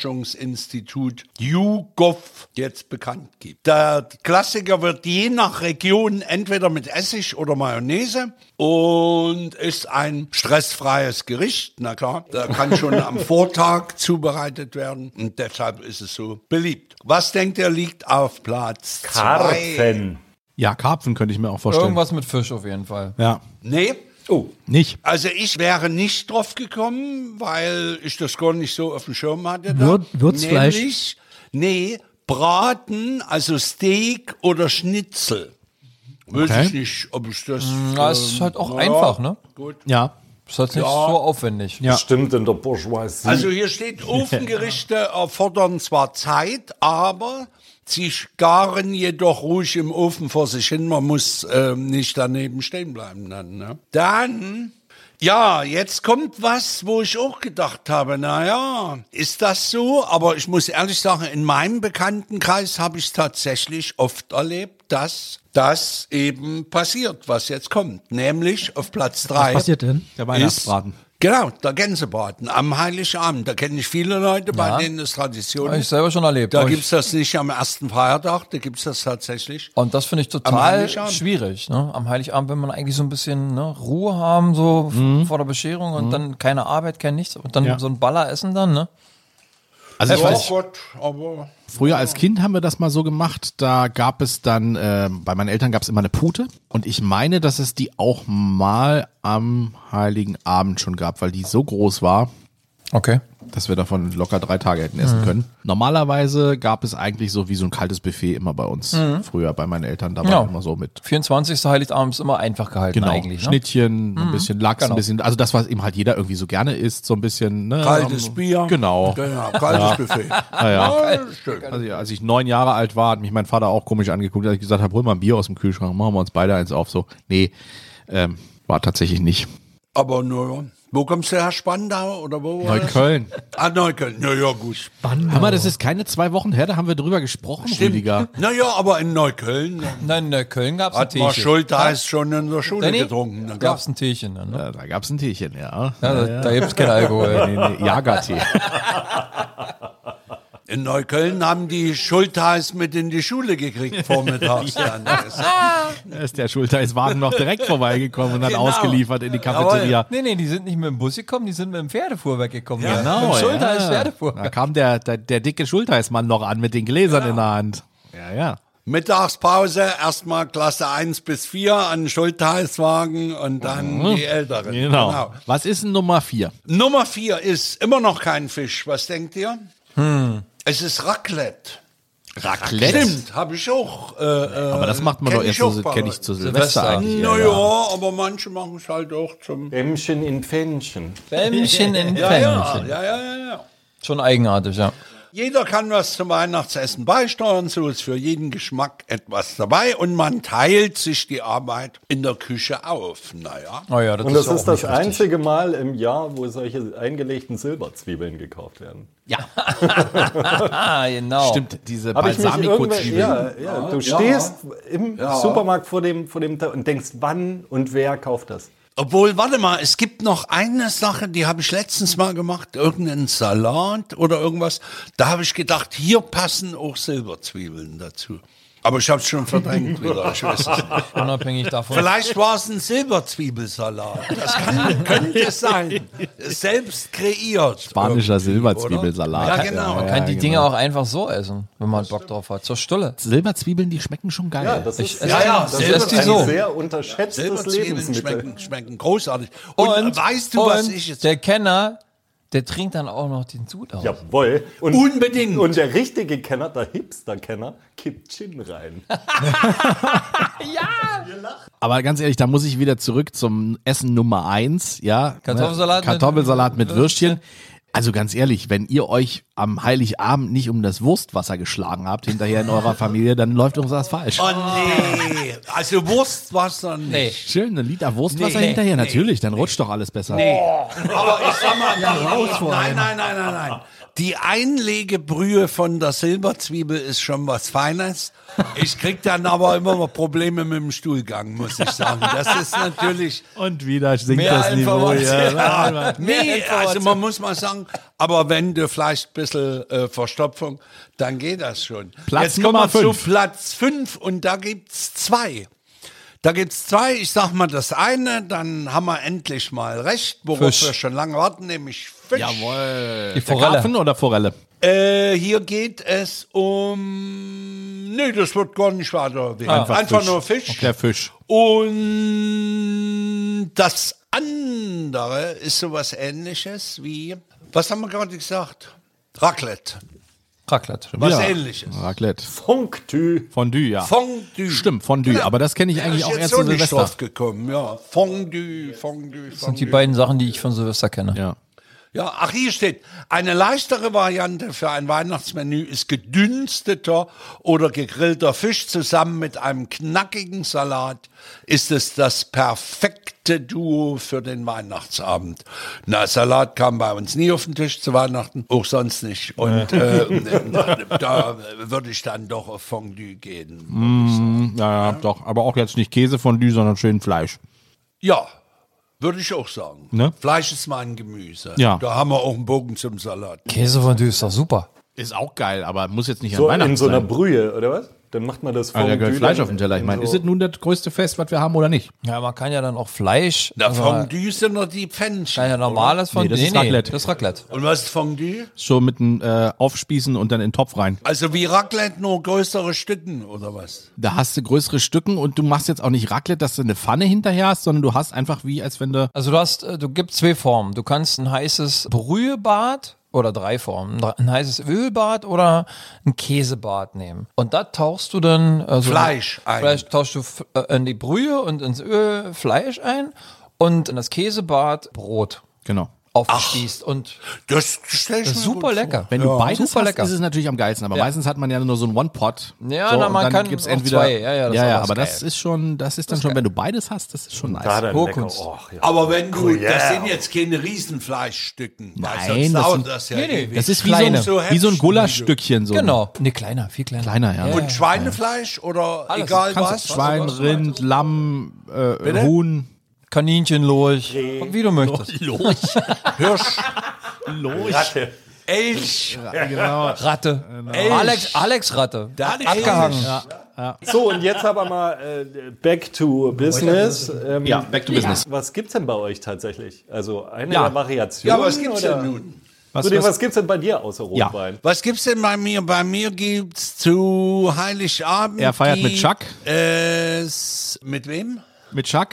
S3: Meinungsforschungsinstitut YouGov jetzt bekannt gibt. Der Klassiker wird je nach Region entweder mit Essig oder Mayonnaise und ist ein stressfreies Gericht. Na klar, da kann schon am Vortag zubereitet werden und deshalb ist es so beliebt. Was denkt ihr, liegt auf Platz zwei?
S2: Karpfen.
S1: Ja, Karpfen könnte ich mir auch vorstellen.
S4: Irgendwas mit Fisch auf jeden Fall.
S1: Ja.
S3: Nee,
S4: Oh.
S1: Nicht.
S3: Also ich wäre nicht drauf gekommen, weil ich das gar nicht so auf dem Schirm hatte. da.
S5: Wür- Würzfleisch?
S3: Nämlich, nee, Braten, also Steak oder Schnitzel. Weiß
S1: Okay.
S3: ich nicht, ob ich das... ähm,
S4: Ja, es ist halt auch einfach, ne?
S3: Gut.
S1: Ähm, Ja.
S4: Ist halt nicht so aufwendig.
S1: Ja.
S2: Stimmt in der Bourgeoisie.
S3: Also hier
S5: (laughs)
S3: steht, Ofengerichte erfordern zwar Zeit, aber sie garen jedoch ruhig im Ofen vor sich hin. Man muss ähm, nicht daneben stehen bleiben dann. Ne? Dann, ja, jetzt kommt was, wo ich auch gedacht habe, naja, ist das so? Aber ich muss ehrlich sagen, in meinem Bekanntenkreis habe ich es tatsächlich oft erlebt, dass das eben passiert, was jetzt kommt. Nämlich auf Platz drei.
S5: Passiert denn?
S1: Der
S3: Weihnachtsbraten. Genau, der Gänsebraten am Heiligabend. Da kenne ich viele Leute, bei denen ist Tradition.
S4: Habe ich selber schon erlebt.
S3: Da
S4: Aber ich-
S3: gibt es das nicht am ersten Feiertag, da gibt es das tatsächlich.
S4: Und das finde ich
S3: Am
S4: total
S3: Heiligabend.
S4: schwierig. Ne? Am Heiligabend will man eigentlich so ein bisschen ne, Ruhe haben, so f- vor der Bescherung und dann keine Arbeit, kein Nichts und dann
S1: Ja.
S4: so ein Baller essen dann. Ne?
S1: Also ich
S3: Ja,
S1: weiß,
S3: Oh Gott, aber
S1: früher als Kind haben wir das mal so gemacht. Da gab es dann, äh, bei meinen Eltern gab es immer eine Pute. Und ich meine, dass es die auch mal am Heiligen Abend schon gab, weil die so groß war,
S4: Okay.
S1: dass wir davon locker drei Tage hätten
S4: Mhm.
S1: essen können. Normalerweise gab es eigentlich so wie so ein kaltes Buffet immer bei uns.
S4: Mhm.
S1: Früher bei meinen Eltern, da war
S4: Ja.
S1: immer so mit
S4: 24. Heiligabend ist immer einfach gehalten
S1: Genau,
S4: eigentlich. Ne? Genau.
S1: Schnittchen, ein bisschen Lachs, ein bisschen, also das, was eben halt jeder irgendwie so gerne isst, so ein bisschen. Ne,
S3: kaltes
S1: ähm,
S3: Bier.
S1: Genau.
S3: Genau, kaltes Buffet.
S1: Ah, ja.
S3: Ja, schön.
S1: Also, ja, als ich neun Jahre alt war, hat mich mein Vater auch komisch angeguckt, als ich gesagt habe, hol mal ein Bier aus dem Kühlschrank, machen wir uns beide eins auf. So, nee, ähm, war tatsächlich nicht.
S3: Aber nur, wo kommst du her? Spandau oder wo? war das?
S1: Neukölln.
S3: Ah, Neukölln. Naja, gut.
S1: Hammer, das ist keine zwei Wochen her, da haben wir drüber gesprochen, Rüdiger.
S3: (laughs) Naja, aber in Neukölln
S4: Nein, in Köln gab es ein
S3: hat man
S4: Teechen.
S3: Schultheiß schon in der Schule
S4: Danny,
S3: getrunken.
S4: Da
S3: Na
S4: gab
S3: klar.
S4: es ein Teechen. Dann, ne?
S1: Ja, Äh, da gab es ein Tierchen, ja.
S4: ja, da, da gibt es keinen Alkohol.
S1: Nee, nee, Jagertee.
S3: In Neukölln haben die Schultheiß mit in die Schule gekriegt vormittags. dann.
S1: Da ist der Schulterwagen noch direkt vorbeigekommen und hat
S3: Genau.
S1: ausgeliefert in die Cafeteria.
S4: Nee, nee, die sind nicht mit dem Bus gekommen, die sind mit dem Pferdefuhrwerk gekommen. Ja,
S1: Genau,
S4: Schulter
S1: (laughs) ja.
S4: ist
S1: Da
S4: Pferdefuhrwerk.
S1: kam der, der, der dicke Schultheißmann noch an mit den Gläsern in der Hand. Ja, ja.
S3: Mittagspause, erstmal Klasse 1 bis 4 an Schultheißwagen und dann die Älteren.
S1: Genau. Was ist denn Nummer vier?
S3: Nummer 4 ist immer noch kein Fisch. Was denkt ihr?
S1: Hm.
S3: Es ist Raclette.
S1: Raclette.
S3: Stimmt, habe ich auch. Äh,
S1: Aber das macht man
S3: Kenn
S1: doch erst
S3: ich auch
S1: so,
S3: bei
S1: kenne ich
S3: Leuten.
S1: zu Silvester, eigentlich.
S3: naja,
S1: ja.
S3: aber manche machen es halt auch zum.
S2: Dämmchen in Fähnchen.
S4: Fämmchen in
S3: Ja, ja,
S4: Fämmchen.
S3: ja, ja, ja, ja.
S4: Schon eigenartig, ja.
S3: Jeder kann was zum Weihnachtsessen beisteuern, so ist für jeden Geschmack etwas dabei und man teilt sich die Arbeit in der Küche auf. Naja.
S4: Oh ja, das
S2: Und das
S4: ja
S2: ist
S4: auch
S2: das
S4: nicht richtig.
S2: einzige Mal im Jahr, wo solche eingelegten Silberzwiebeln gekauft werden.
S1: (laughs)
S4: (laughs) Ah, genau.
S1: Stimmt, diese
S2: Hab ich mich irgendwann-
S1: Balsamico-Zwiebeln.
S2: ja, ja, du stehst im Supermarkt vor dem, vor dem Ta- und denkst, wann und wer kauft das?
S3: Obwohl, warte mal, es gibt noch eine Sache, die habe ich letztens mal gemacht, irgendeinen Salat oder irgendwas. Da habe ich gedacht, hier passen auch Silberzwiebeln dazu. Aber ich habe es schon verdrängt wieder. Ich weiß es nicht.
S4: (laughs) Unabhängig davon.
S3: Vielleicht war es ein Silberzwiebelsalat. Das kann, könnte sein. Selbst kreiert.
S1: Spanischer
S3: Oder?
S1: Silberzwiebelsalat.
S3: Ja, genau.
S4: Man kann die Dinge auch einfach so essen, wenn man Bock drauf hat. Zur Stulle.
S1: Silberzwiebeln, die schmecken schon geil.
S2: Ja, das ist,
S3: ja, ja,
S2: das
S4: selbst
S2: ist
S4: die
S2: ein
S4: so.
S2: sehr unterschätztes
S3: Silberzwiebeln
S2: Lebensmittel.
S3: schmecken, schmecken großartig. Und, weißt du,
S4: und
S3: was ich jetzt...
S4: Der Kenner, der trinkt dann auch noch den Sud aus.
S2: Jawohl. Und,
S3: Unbedingt.
S2: Und der richtige Kenner, der Hipster-Kenner, kippt Gin rein.
S1: Aber ganz ehrlich, da muss ich wieder zurück zum Essen Nummer eins, ja.
S4: Kartoffelsalat mit-
S1: Kartoffelsalat mit, Würstchen. Also ganz ehrlich, wenn ihr euch am Heiligabend nicht um das Wurstwasser geschlagen habt, hinterher in eurer Familie, dann läuft uns das falsch.
S3: Oh nee, also Wurstwasser nicht.
S4: Nee.
S1: Schön, ein Liter Wurstwasser
S4: Nee,
S1: hinterher, natürlich, dann rutscht doch alles besser.
S3: Aber ich sag mal, die,
S5: raus vor
S3: nein,
S5: allem.
S3: nein, nein, nein, nein. Die Einlegebrühe von der Silberzwiebel ist schon was Feines. Ich krieg dann aber immer mal Probleme mit dem Stuhlgang, muss ich sagen. Das ist natürlich.
S1: Und wieder sinkt
S4: Mehr
S1: das Niveau.
S4: Informationen. (laughs)
S1: Ja.
S3: Nee,
S4: Information.
S3: also man muss mal sagen, aber wenn du vielleicht ein bisschen äh, Verstopfung, dann geht das schon.
S1: Platz
S3: Jetzt kommen
S1: Nummer
S3: wir zu
S1: fünf.
S3: Platz 5 und da gibt's zwei. Da gibt's zwei, ich sag mal das eine, dann haben wir endlich mal recht, worauf
S4: Fisch.
S3: wir schon lange warten, nämlich Fisch.
S1: Jawohl.
S4: Die
S1: Der
S4: Forelle.
S1: Karpfen oder Forelle?
S3: Äh, hier geht es um. Nee, das wird gar nicht weiter. erwähnt. Einfach,
S1: Fisch.
S3: nur Fisch. Ah.
S1: Der Fisch.
S3: Und das andere ist sowas ähnliches wie. Was haben wir gerade gesagt? Raclette.
S4: Raclette.
S3: Was
S1: Ja.
S3: ähnliches.
S1: Raclette.
S2: Fonktü.
S1: Fondue, ja.
S3: Fondue. Genau.
S1: Stimmt, Fondue. Aber das kenne ich eigentlich
S3: Ist
S1: auch
S3: jetzt
S1: erst
S3: so
S1: zu
S3: nicht
S1: Silvester.
S3: drauf gekommen, ja. Fondue, Fondue,
S4: Das sind die
S3: Fondue.
S4: beiden Sachen, die ich von Silvester kenne.
S1: Ja.
S3: Ja, ach, hier steht, eine leichtere Variante für ein Weihnachtsmenü ist gedünsteter oder gegrillter Fisch zusammen mit einem knackigen Salat. Ist es das perfekte Duo für den Weihnachtsabend? Na, Salat kam bei uns nie auf den Tisch zu Weihnachten, auch sonst nicht. Und äh,
S1: (laughs)
S3: da würde ich dann doch auf Fondue gehen.
S1: Ja, ja, doch. Aber auch jetzt nicht Käsefondue, sondern schön Fleisch.
S3: Ja, würde ich auch sagen.
S1: Ne?
S3: Fleisch ist mein Gemüse.
S1: Ja.
S3: Da haben wir auch einen Bogen zum Salat.
S4: Käse von ist doch super.
S1: Ist auch geil, aber muss jetzt nicht
S2: So
S1: an Weihnachten
S2: in so einer
S1: sein.
S2: Brühe, oder was? Dann macht man das
S1: Ah, da gehört
S2: Fondue
S1: Fleisch
S2: dann
S1: auf den Teller. Ich
S2: in
S1: meine,
S2: so-
S1: ist es nun das größte Fest, was wir haben oder nicht?
S4: Ja, man kann ja dann auch Fleisch.
S3: Na,
S4: also,
S3: Fondue sind doch die Pfännchen.
S4: kann ja normales von
S1: Nee, das ist Raclette.
S4: Das ist Raclette.
S3: Und was ist Fondue?
S1: So mit dem äh, Aufspießen und dann in den Topf rein.
S3: Also wie Raclette, nur größere Stücken oder was?
S1: Da hast du größere Stücken und du machst jetzt auch nicht Raclette, dass du eine Pfanne hinterher hast, sondern du hast einfach wie, als wenn du.
S4: Also du hast, äh, du gibt zwei Formen. Du kannst ein heißes Brühebad oder drei Formen. Ein heißes Ölbad oder ein Käsebad nehmen. Und da tauchst du dann also
S3: Fleisch ein.
S4: Fleisch tauchst du f- äh, in die Brühe und ins Öl Fleisch ein und in das Käsebad Brot
S1: Genau.
S4: aufgespießt und
S3: Das stell ich
S4: das ist
S3: mir
S4: super
S3: gut
S4: lecker.
S1: Wenn du beides
S4: super
S1: hast,
S4: lecker.
S1: ist es natürlich am geilsten. Aber
S4: Ja.
S1: meistens hat man ja nur so einen One-Pot.
S4: Ja,
S1: so,
S4: na,
S1: und
S4: man
S1: dann
S4: kann
S1: gibt's
S4: auch
S1: entweder,
S4: zwei. Ja, ja, das
S1: ja,
S4: ist auch
S1: aber
S4: geil.
S1: das ist schon, das ist dann schon, wenn du beides hast, das ist schon nice.
S2: Ah, dann lecker.
S4: Gurkunst.
S2: Oh, ja.
S3: Aber wenn du, das
S2: yeah.
S3: sind jetzt keine Riesenfleischstücken. Also
S1: Nein,
S3: sonst
S1: das
S3: dauert
S1: sind-
S3: das ja
S4: Nee, nee,
S3: ewig.
S1: Das ist wie,
S4: Kleine.
S1: so, ein, wie so ein Gulaschstückchen. So.
S4: Genau. Nee, kleiner, viel kleiner.
S1: Kleiner, ja.
S3: Und Schweinefleisch oder
S4: Alles.
S3: egal
S4: Kannst du-
S3: was?
S1: Schwein, Rind, Lamm, äh,
S3: Bitte?
S1: Huhn. (laughs)
S4: Kaninchenlurch. Wie du möchtest.
S3: Hirsch,
S2: Ratte.
S3: Elch.
S1: Genau.
S4: Ratte.
S3: Äh,
S4: Alex, Alex Ratte. Der hat
S3: Alex
S4: abgehangen.
S2: So, und jetzt aber mal äh, back to business. Ähm,
S1: Ja, back to business.
S2: Was gibt's denn bei euch tatsächlich? Also eine
S1: Ja.
S2: der Variationen?
S3: Ja, was gibt's
S2: oder?
S3: denn nun?
S1: Was,
S2: Rudi,
S1: was-
S2: was gibt's denn bei dir außer Rotwein?
S3: Was gibt's denn bei mir? Bei mir gibt's zu Heiligabend.
S1: Er feiert mit Chuck.
S3: Äh, s- mit wem?
S1: Mit Chuck?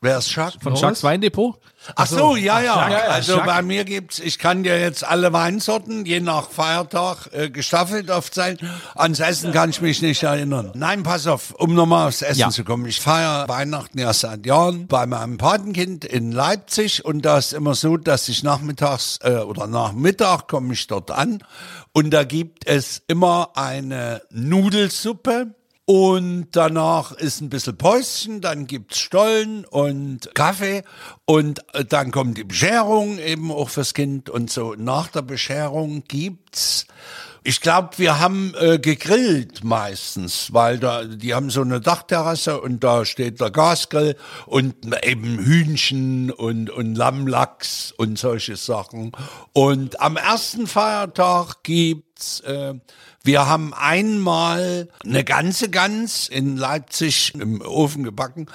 S3: Wer ist Chuck?
S1: Von Chucks Weindepot?
S3: Ach so, ja, ja.
S1: Chuck,
S3: also
S1: Chuck.
S3: bei mir gibt's, ich kann dir jetzt alle Weinsorten, je nach Feiertag, äh, gestaffelt oft sein. Ans Essen kann ich mich nicht erinnern. Nein, pass auf, um nochmal aufs Essen
S1: Ja.
S3: zu kommen. Ich feiere Weihnachten ja seit Jahren bei meinem Patenkind in Leipzig und da ist immer so, dass ich nachmittags äh, oder nach Mittag komme ich dort an und da gibt es immer eine Nudelsuppe. Und danach ist ein bisschen Päuschen, dann gibt's Stollen und Kaffee und äh, dann kommt die Bescherung eben auch fürs Kind und so. Nach der Bescherung gibt's, ich glaube, wir haben äh, gegrillt meistens, weil da, die haben so eine Dachterrasse und da steht der Gasgrill und eben Hühnchen und, und Lammlachs und solche Sachen. Und am ersten Feiertag gibt's, äh, wir haben einmal eine ganze Gans in Leipzig im Ofen gebacken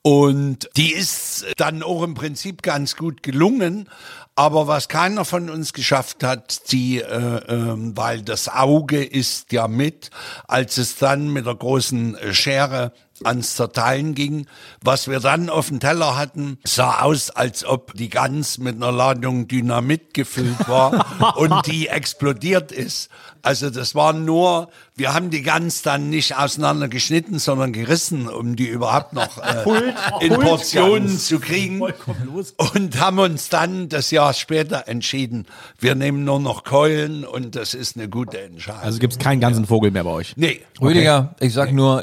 S3: und die ist dann auch im Prinzip ganz gut gelungen. Aber was keiner von uns geschafft hat, die, äh, ähm, weil das Auge ist ja mit, als es dann mit der großen äh, Schere ans Zerteilen ging. Was wir dann auf dem Teller hatten, sah aus, als ob die Gans mit einer Ladung Dynamit gefüllt war und die explodiert ist. Also das war nur, wir haben die Gans dann nicht auseinander geschnitten, sondern gerissen, um die überhaupt noch äh, in
S2: Pult-Gans.
S3: Portionen zu kriegen. Und haben uns dann das Jahr später entschieden, wir nehmen nur noch Keulen und das ist eine gute Entscheidung.
S1: Also gibt's keinen ganzen Vogel mehr bei euch.
S3: nee.
S4: Rüdiger, ich sag nur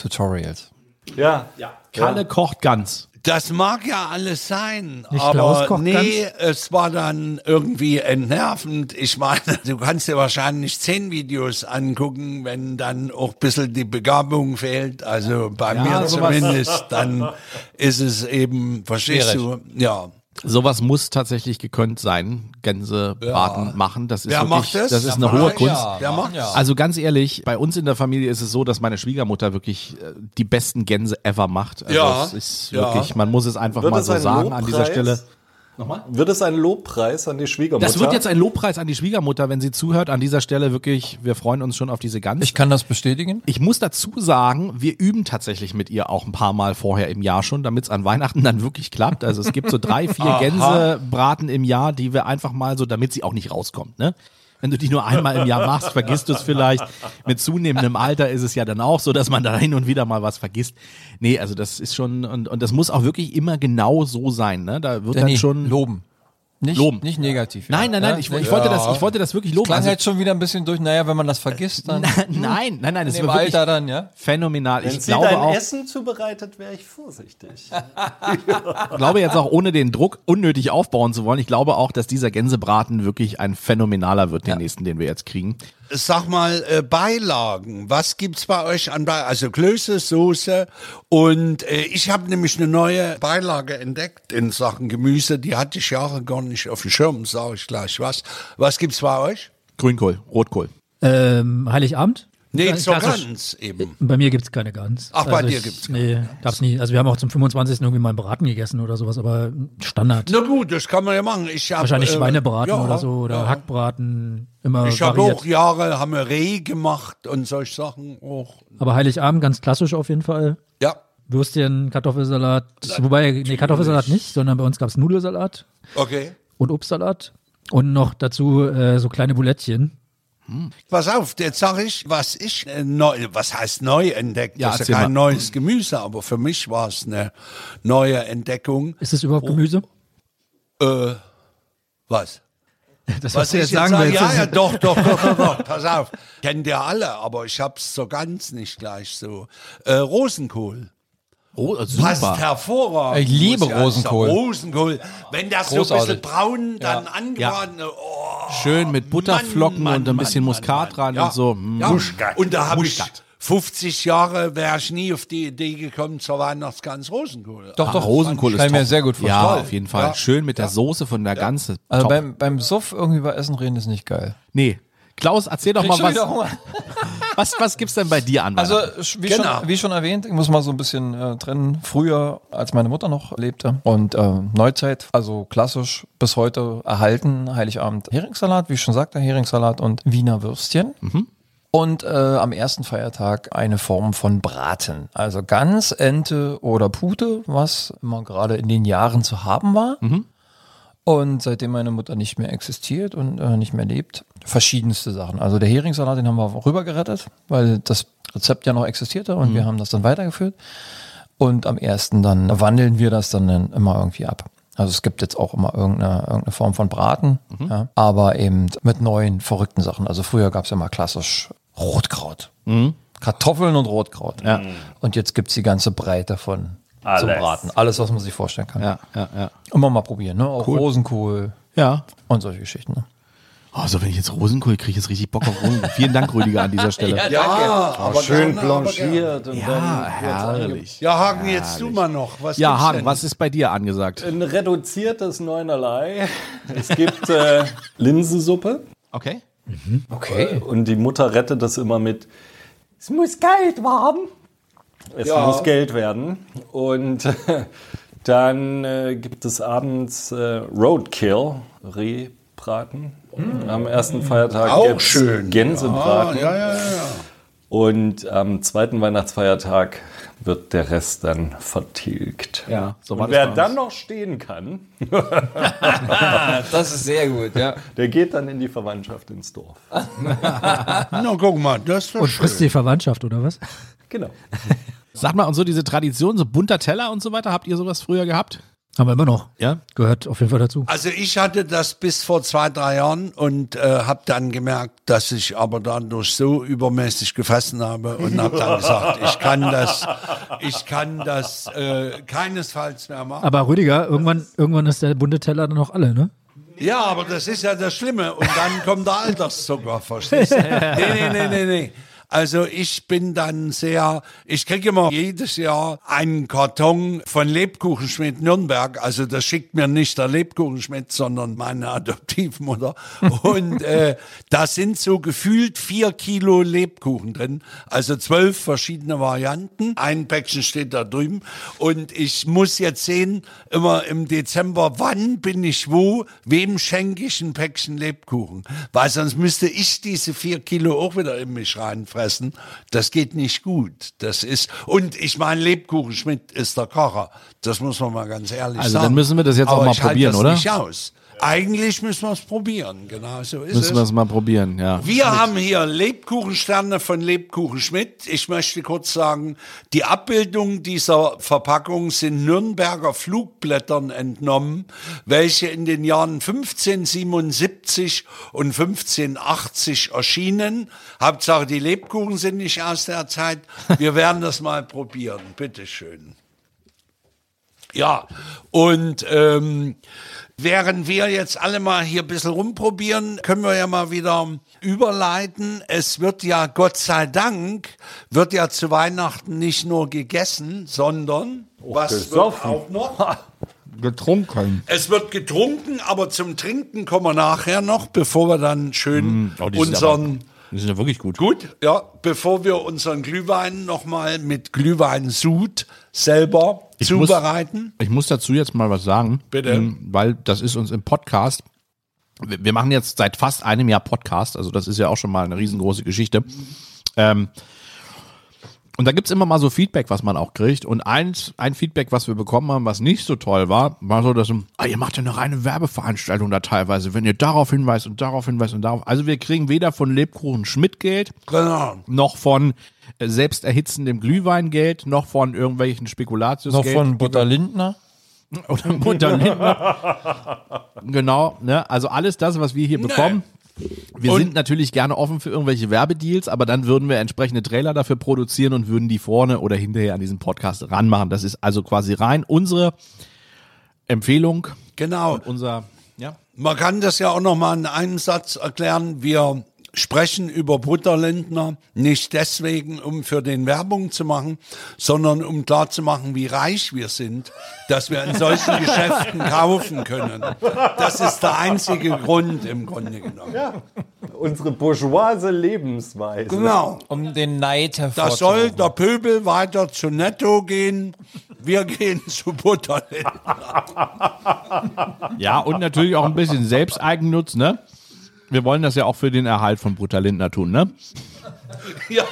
S4: YouTube-Tutorials.
S2: Ja.
S1: Kalle kocht ganz.
S3: Das mag ja alles sein,
S5: Nicht Klaus
S3: aber
S5: kocht
S3: nee, es war dann irgendwie entnervend. Ich meine, (laughs) du kannst dir wahrscheinlich zehn Videos angucken, wenn dann auch ein bisschen die Begabung fehlt. Also bei mir
S1: sowas-
S3: zumindest,
S1: (laughs)
S3: dann ist es eben, verstehst
S4: Schwierig.
S3: du? Ja.
S1: Sowas muss tatsächlich gekönnt sein. Gänsebraten machen. Das ist
S3: Wer
S1: wirklich,
S3: macht das?
S1: das ist eine
S3: Wer
S1: hohe
S3: macht das?
S1: Kunst.
S3: Wer macht das?
S1: Also ganz ehrlich, bei uns in der Familie ist es so, dass meine Schwiegermutter wirklich äh, die besten Gänse ever macht. Also
S3: Ja,
S1: es ist
S3: ja.
S1: wirklich, man muss es einfach
S2: Wird
S1: mal
S2: es
S1: so
S2: ein
S1: sagen an
S2: Lobpreis?
S1: dieser Stelle.
S2: Wird es ein Lobpreis an die Schwiegermutter?
S1: Das wird jetzt ein Lobpreis an die Schwiegermutter, wenn sie zuhört. An dieser Stelle wirklich, wir freuen uns schon auf diese Gans.
S4: Ich kann das bestätigen.
S1: Ich muss dazu sagen, wir üben tatsächlich mit ihr auch ein paar Mal vorher im Jahr schon, damit es an Weihnachten dann wirklich klappt. Also es gibt so drei, vier Gänsebraten im Jahr, die wir einfach mal so, damit sie auch nicht rauskommt, ne? Wenn du die nur einmal im Jahr machst, vergisst du es vielleicht. Mit zunehmendem Alter ist es ja dann auch so, dass man da hin und wieder mal was vergisst. Nee, also das ist schon, und, und das muss auch wirklich immer genau so sein, ne? Da wird
S4: Danny,
S1: dann schon.
S4: loben. Nicht,
S1: Loben.
S4: nicht negativ.
S1: Nein, nein, nein,
S4: Ja,
S1: ich,
S4: nicht-
S1: ich, wollte das, ich wollte das wirklich loben.
S4: Klang halt
S1: Also-
S4: jetzt schon wieder ein bisschen durch. Naja, wenn man das vergisst, (laughs) dann
S1: (laughs) nein, nein, nein, das
S4: im
S1: war wirklich
S4: Alter dann, ja?
S1: phänomenal.
S2: Wenn
S1: ich
S2: sie dein
S1: glaube auch,
S2: Essen zubereitet, wäre
S1: (laughs)
S2: ich vorsichtig.
S1: glaube jetzt auch ohne den Druck unnötig aufbauen zu wollen, ich glaube auch, dass dieser Gänsebraten wirklich ein phänomenaler wird, den nächsten, den wir jetzt kriegen.
S3: Sag mal, äh, Beilagen. Was gibt's bei euch an Beilagen? Also Klöße, Soße. Und äh, ich habe nämlich eine neue Beilage entdeckt in Sachen Gemüse. Die hatte ich Jahre gar nicht auf dem Schirm, sage ich gleich was. Was gibt's bei euch?
S1: Grünkohl, Rotkohl.
S5: Ähm, Heiligabend?
S3: Nee,
S5: Ganz
S3: zur
S5: klassisch.
S3: Gans eben.
S5: Bei mir gibt's keine Gans.
S3: Ach, bei dir
S5: ich-
S3: gibt's
S5: Nee, gab's nie. Also wir haben auch zum 25. irgendwie mal einen Braten gegessen oder sowas, aber Standard.
S3: Na gut, das kann man ja machen. Ich hab,
S5: Wahrscheinlich
S3: äh,
S5: Schweinebraten
S3: ja,
S5: oder so oder
S3: ja.
S5: Hackbraten, immer
S3: Ich habe
S5: variiert.
S3: auch Jahre, haben wir Reh gemacht und solche Sachen auch.
S5: Aber Heiligabend ganz klassisch auf jeden Fall.
S3: Ja,
S5: Würstchen, Kartoffelsalat, wobei, nee, Kartoffelsalat nicht, sondern bei uns gab's Nudelsalat
S3: okay.
S5: und Obstsalat und noch dazu äh, so kleine Bulettchen.
S3: Pass auf, jetzt sag ich, was ich äh, neu, was heißt neu entdeckt?
S1: Ja,
S3: das ist
S1: erzähl
S3: ja kein
S1: mal.
S3: neues Gemüse, aber für mich war es eine neue Entdeckung.
S5: Ist das
S3: Oh,
S5: überhaupt Gemüse?
S3: Äh, was?
S5: Das,
S3: Was ich jetzt sagen will? Ja, ja, doch, doch, doch, doch, doch. Pass auf, kennt ihr alle, aber ich hab's so ganz nicht gleich so. Äh, Rosenkohl.
S1: Oh,
S3: Passt hervorragend.
S4: Ich liebe
S3: muss sagen.
S4: Rosenkohl.
S3: Rosenkohl. Wenn das so ein
S4: Großartig.
S3: bisschen braun dann angebraten, oh,
S1: Schön mit Butterflocken
S3: Mann,
S1: und ein
S3: Mann,
S1: bisschen
S3: Mann,
S1: Muskat
S3: Mann,
S1: rein
S3: ja.
S1: und so.
S3: Ja.
S1: Mm.
S3: Und da habe ich
S1: Muskat.
S3: 50 Jahre wäre ich nie auf die Idee gekommen zur Weihnachtsgans Rosenkohl.
S4: Doch,
S1: Ah,
S4: doch,
S1: Rosenkohl
S4: ich
S1: ist
S4: kann mir
S1: top.
S4: sehr gut vorstellen.
S1: Ja,
S3: Toll.
S1: auf jeden Fall.
S3: Ja.
S1: Schön mit der Soße von der Ganze.
S4: Also
S1: Top.
S4: beim, beim Suff irgendwie über Essen reden ist nicht geil.
S1: nee. Klaus, erzähl doch mal,
S4: Krieg schon wieder
S1: was,
S4: Hunger.
S1: was, was gibt's denn bei dir an?
S4: Also
S1: Weihnachten?
S4: sch- wie,
S3: Genau.
S4: schon, wie schon erwähnt, ich muss mal so ein bisschen äh, trennen. Früher, als meine Mutter noch lebte und äh, Neuzeit, also klassisch bis heute erhalten, Heiligabend Heringssalat, wie ich schon sagte, Heringssalat und Wiener Würstchen.
S1: Mhm.
S4: Und äh, am ersten Feiertag eine Form von Braten. Also Gans, Ente oder Pute, was immer gerade in den Jahren zu haben war.
S1: Mhm.
S4: Und seitdem meine Mutter nicht mehr existiert und äh, nicht mehr lebt, verschiedenste Sachen. Also der Heringssalat, den haben wir rübergerettet, weil das Rezept ja noch existierte und
S1: Mhm.
S4: wir haben das dann weitergeführt. Und am ersten dann wandeln wir das dann, dann immer irgendwie ab. Also es gibt jetzt auch immer irgendeine, irgendeine Form von Braten,
S1: Mhm.
S4: ja, aber eben mit neuen, verrückten Sachen. Also früher gab es immer klassisch Rotkraut. Kartoffeln und Rotkraut.
S1: Mhm. Ja.
S4: Und jetzt gibt es die ganze Breite von zum
S2: Alles.
S4: Braten. Alles, was man sich vorstellen kann.
S1: ja, ja, ja.
S4: Immer mal probieren, ne? Auch Rosenkohl
S1: Ja.
S4: und solche Geschichten. Ne?
S1: Also wenn ich jetzt Rosenkohl kriege, jetzt richtig Bock auf Rosenkohl. Vielen Dank, Rüdiger, an dieser Stelle. ja,
S3: Ja, aber
S2: Schön
S3: gerne, aber gerne.
S2: blanchiert und dann
S1: herrlich.
S3: Ja, Hagen, jetzt du mal noch. Was
S1: Ja,
S3: gibt's
S1: Hagen,
S3: denn?
S1: was ist bei dir angesagt?
S2: ein reduziertes Neunerlei. Es gibt äh, Linsensuppe
S1: Okay.
S4: Okay.
S2: und die Mutter rettet das immer mit, es muss Geld werden. Es
S3: Ja.
S2: muss Geld werden. Und (laughs) äh, dann äh, gibt es abends äh, Roadkill, Rehbraten. Am ersten Feiertag
S3: Mm. Auch
S2: gibt's
S3: schön.
S2: Gänsebraten.
S3: Ja, ja, ja, ja.
S2: Und am zweiten Weihnachtsfeiertag wird der Rest dann vertilgt.
S1: Ja, so war
S2: Und
S1: das
S2: wer
S1: bei uns.
S2: dann noch stehen
S3: (laughs)
S2: kann,
S4: Das ist sehr gut, ja.
S2: (laughs) der geht dann in die Verwandtschaft ins Dorf.
S3: Na, guck mal, das ist doch
S5: Und
S3: schön.
S5: frisst die Verwandtschaft, oder was?
S2: Genau.
S1: Sag mal, und so diese Tradition, so bunter Teller und so weiter, habt ihr sowas früher gehabt?
S5: Haben wir immer noch.
S1: Ja.
S5: Gehört auf jeden Fall dazu.
S3: Also ich hatte das bis vor zwei, drei Jahren und äh, habe dann gemerkt, dass ich aber dadurch so übermäßig gefressen habe und habe dann gesagt, ich kann das, ich kann das äh, keinesfalls mehr machen.
S5: Aber Rüdiger, irgendwann, irgendwann ist der bunte Teller dann auch alle, ne?
S3: Ja, aber das ist ja das Schlimme. Und dann kommt der Alterszucker, verstehst du? Nee, nee, nee, nee, nee. Also ich bin dann sehr, ich kriege immer jedes Jahr einen Karton von Lebkuchenschmidt Nürnberg. Also das schickt mir nicht der Lebkuchenschmidt, sondern meine Adoptivmutter. Und äh, da sind so gefühlt vier Kilo Lebkuchen drin. Also zwölf verschiedene Varianten. Ein Päckchen steht da drüben. Und ich muss jetzt sehen, immer im Dezember, wann bin ich wo, wem schenke ich ein Päckchen Lebkuchen. Weil sonst müsste ich diese vier Kilo auch wieder in mich reinfressen. Das geht nicht gut. Das ist, und ich meine, Lebkuchen Schmidt ist der Kocher. Das muss man mal ganz ehrlich
S1: Also
S3: sagen.
S1: dann müssen wir das jetzt auch
S3: Aber
S1: mal
S3: ich halte
S1: probieren,
S3: das
S1: oder?
S3: Nicht aus. Eigentlich müssen wir es probieren. Genau so ist
S1: Müssen
S3: es.
S1: wir es mal probieren, ja.
S3: Wir haben hier Lebkuchensterne von Lebkuchen Schmidt. Ich möchte kurz sagen, die Abbildung dieser Verpackung sind Nürnberger Flugblättern entnommen, welche in den Jahren 1577 und 1580 erschienen. Hauptsache, die Lebkuchen sind nicht aus der Zeit. Wir werden das mal probieren. Bitteschön. Ja, und ähm, während wir jetzt alle mal hier ein bisschen rumprobieren, können wir ja mal wieder überleiten. Es wird ja, Gott sei Dank, wird ja zu Weihnachten nicht nur gegessen, sondern was wird
S2: gesoffen.
S3: auch noch?
S1: getrunken.
S3: Es wird getrunken, aber zum Trinken kommen wir nachher noch, bevor wir dann schön
S1: Oh, die sind aber-
S3: unseren
S1: Die sind ja wirklich gut.
S3: Gut, ja, bevor wir unseren Glühwein nochmal mit Glühweinsud selber
S1: Ich muss-
S3: zubereiten.
S1: Ich muss dazu jetzt mal was sagen.
S3: Bitte.
S1: ähm, Weil das ist uns im Podcast. Wir wir machen jetzt seit fast einem Jahr Podcast, also das ist ja auch schon mal eine riesengroße Geschichte. Ähm, und da gibt's immer mal so Feedback, was man auch kriegt. Und eins, ein Feedback, was wir bekommen haben, was nicht so toll war, war so, dass ah, ihr macht ja eine reine Werbeveranstaltung da teilweise, wenn ihr darauf hinweist und darauf hinweist und darauf. Also wir kriegen weder von Lebkuchen Schmidt Geld,
S3: Genau.
S1: noch von äh, selbst erhitzendem Glühweingeld, noch von irgendwelchen
S4: Noch
S1: Spekulatiusgeld. (laughs)
S4: von
S3: (laughs)
S4: Butter Lindner.
S1: Oder Mutter Lindner. genau, ne? Also alles das, was wir hier bekommen. Wir
S3: Und-
S1: sind natürlich gerne offen für irgendwelche Werbedeals, aber dann würden wir entsprechende Trailer dafür produzieren und würden die vorne oder hinterher an diesen Podcast ranmachen. Das ist also quasi rein unsere Empfehlung,
S3: Genau.
S1: unser ja.
S3: Man kann das ja auch noch mal in einem Satz erklären. Wir sprechen über Butterlindner nicht deswegen, um für den Werbung zu machen, sondern um klarzumachen, wie reich wir sind, dass wir in solchen Geschäften kaufen können. Das ist der einzige Grund im Grunde genommen.
S6: Unsere bourgeoise Lebensweise.
S3: Genau.
S4: Um den Neid
S3: Da
S4: hervorzuheben.
S3: soll der Pöbel weiter zu Netto gehen. Wir gehen zu Butterlindner.
S1: Ja, und natürlich auch ein bisschen Selbsteigennutz, ne? Wir wollen das ja auch für den Erhalt von Brutter Lindner tun, ne?
S3: Ja,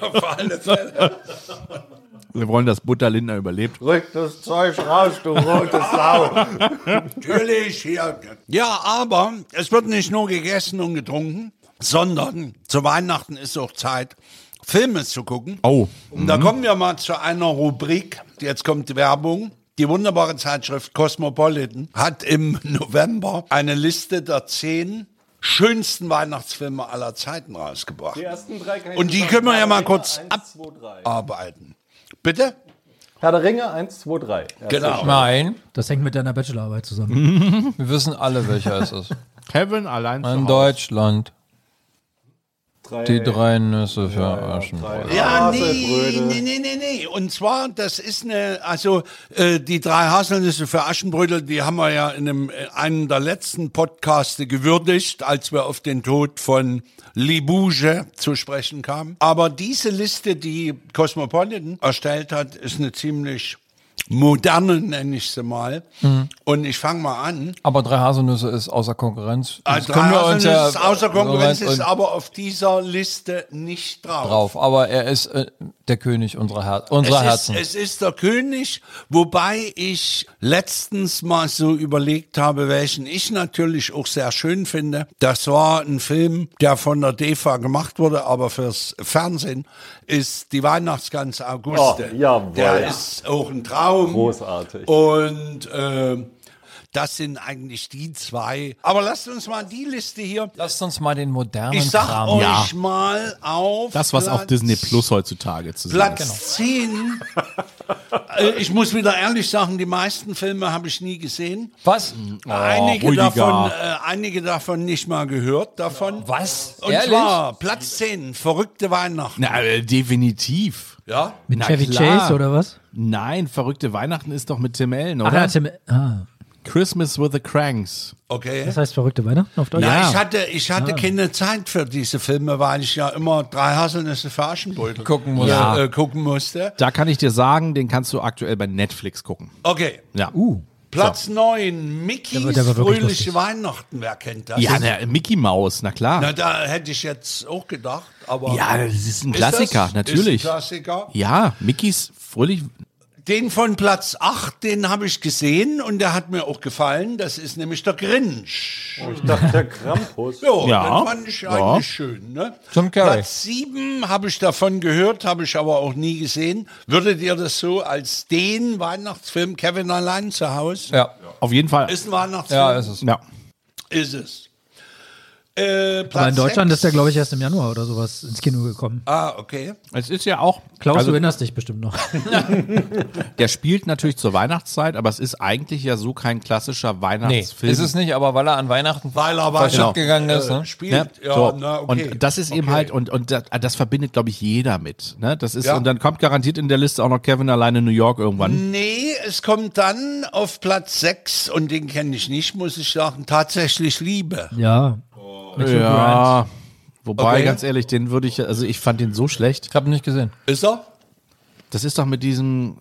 S3: auf alle Fälle.
S1: Wir wollen, dass Butter Lindner überlebt.
S6: Rück das Zeug raus, du rote Sau.
S3: Natürlich, hier. Ja, aber es wird nicht nur gegessen und getrunken, sondern zu Weihnachten ist auch Zeit, Filme zu gucken.
S1: Oh.
S3: Und da kommen wir mal zu einer Rubrik. Jetzt kommt die Werbung. Die wunderbare Zeitschrift Cosmopolitan hat im November eine Liste der zehn schönsten Weihnachtsfilme aller Zeiten rausgebracht.
S6: ersten drei kann ich
S3: Und die
S6: zusammen-
S3: können wir ja mal kurz
S6: Eins, zwei, drei.
S3: abarbeiten. Bitte?
S6: Ah, Herr der Ringe, 1, 2, 3.
S3: Genau.
S4: Nein,
S5: Das hängt mit deiner Bachelorarbeit
S1: Hm,
S5: zusammen.
S4: wir wissen alle, welcher es ist.
S1: Kevin allein zu
S4: In
S1: Hause.
S4: Deutschland. Die drei Nüsse für Aschenbrödel.
S3: Ja, Ah, nee,
S6: Haselbrödel.
S3: nee, nee, nee, nee. Und zwar, das ist eine, also äh, die drei Haselnüsse für Aschenbrödel, die haben wir ja in einem, äh, einem der letzten Podcaste gewürdigt, als wir auf den Tod von Libouge zu sprechen kamen. Aber diese Liste, die Cosmopolitan erstellt hat, ist eine ziemlich moderne, nenne ich sie mal. Und ich fange mal an.
S4: Aber drei Haselnüsse ist außer Konkurrenz. Das
S3: Also drei Haselnüsse
S4: ja-
S3: außer Konkurrenz
S4: soweit
S3: ist
S4: und-
S3: aber auf dieser Liste nicht drauf.
S4: drauf. Aber er ist äh, der König unserer, Her unserer
S3: es
S4: Herzen.
S3: Ist, es ist der König, wobei ich letztens mal so überlegt habe, welchen ich natürlich auch sehr schön finde. Das war ein Film, der von der DEFA gemacht wurde, aber fürs Fernsehen ist die Weihnachtsgans Auguste.
S6: Oh, jawohl.
S3: der ist auch ein Traum.
S6: Großartig.
S3: Und ähm, das sind eigentlich die zwei. Aber lasst uns mal die Liste hier.
S4: Lasst uns mal den modernen
S3: Ich sag
S4: Kram.
S3: euch
S1: Ja.
S3: mal auf.
S1: Das, was auf
S3: Platz
S1: Disney Plus heutzutage zu sehen
S5: Genau.
S1: ist.
S3: Platz 10. Äh, ich muss wieder ehrlich sagen, die meisten Filme habe ich nie gesehen.
S4: Was?
S3: einige,
S1: Rüdiger.
S3: davon, äh, einige davon nicht mal gehört davon.
S4: Was?
S3: Und
S4: Ehrlich?
S3: zwar Platz 10, verrückte Weihnachten.
S1: Na, äh, definitiv.
S3: Ja?
S5: Mit
S1: Na
S5: Chevy
S1: klar.
S5: Chase oder was?
S1: Nein, verrückte Weihnachten ist doch mit Tim Allen,
S5: Ach,
S1: oder?
S5: ja, Tim, ah,
S1: Christmas with the Cranks.
S3: Okay.
S5: das heißt verrückte Weihnachten auf Deutsch.
S3: Na,
S1: Ja.
S3: Ich hatte, ich hatte keine Zeit für diese Filme, weil ich ja immer drei Haselnüsse für Aschenbrödel
S4: Gucken musste.
S3: Ja. Äh, gucken musste.
S1: Da kann ich dir sagen, den kannst du aktuell bei Netflix gucken.
S3: Okay.
S1: Ja.
S5: Uh.
S3: Platz 9, Mickeys
S5: Der war- der war wirklich
S3: fröhliche
S5: lustig.
S3: Weihnachten. Wer kennt das?
S1: Ja, ne. na, Mickey Maus, na klar.
S3: Na, da hätte ich jetzt auch gedacht, aber.
S1: ja, das ist ein
S3: Ist
S1: Klassiker,
S3: das-
S1: natürlich.
S3: Ist ein Klassiker.
S1: ja, Mickeys fröhlich.
S3: Den von Platz 8, den habe ich gesehen und der hat mir auch gefallen. Das ist nämlich der Grinch.
S6: Ich dachte, der Krampus.
S3: Jo,
S1: Ja,
S3: den fand ich
S1: ja.
S3: eigentlich schön. Ne?
S4: Jim Carrey.
S3: Platz 7 habe ich davon gehört, habe ich aber auch nie gesehen. Würdet ihr das so als den Weihnachtsfilm Kevin allein zu Hause?
S4: Ja,
S1: Auf jeden Fall.
S3: Ist ein Weihnachtsfilm?
S4: ja, ist es.
S1: ja.
S3: Ist es. Äh, Platz
S5: Aber in Deutschland
S3: sechs.
S5: ist der, glaube ich, erst im Januar oder sowas ins Kino gekommen.
S3: Ah, okay.
S1: Es ist ja auch.
S5: Klaus,
S1: also,
S5: du erinnerst dich bestimmt noch. (laughs)
S1: der spielt natürlich zur Weihnachtszeit, aber es ist eigentlich ja so kein klassischer
S4: Nee,
S1: Weihnachtsfilm.
S4: ist es nicht, aber weil er an Weihnachten
S3: Weil er
S4: verschütt
S3: Weihnachten
S4: gegangen ist. Ne?
S3: Äh, spielt.
S1: Ne?
S3: Ja,
S1: so.
S3: na, okay.
S1: Und das ist eben
S3: Okay.
S1: halt, und, und das, das verbindet, glaube ich, jeder mit. Ne? Das ist,
S3: Ja. Mhm.
S1: Und dann kommt garantiert in der Liste auch noch Kevin alleine in New York irgendwann.
S3: Nee, es kommt dann auf Platz 6 und den kenne ich nicht, muss ich sagen. Tatsächlich Liebe.
S5: ja. Mit Hugh Grant.
S1: Ja. Wobei,
S3: Okay.
S1: ganz ehrlich, den würde ich, also ich fand den so schlecht.
S4: Ich habe nicht gesehen.
S3: Ist er?
S1: Das ist doch mit diesem,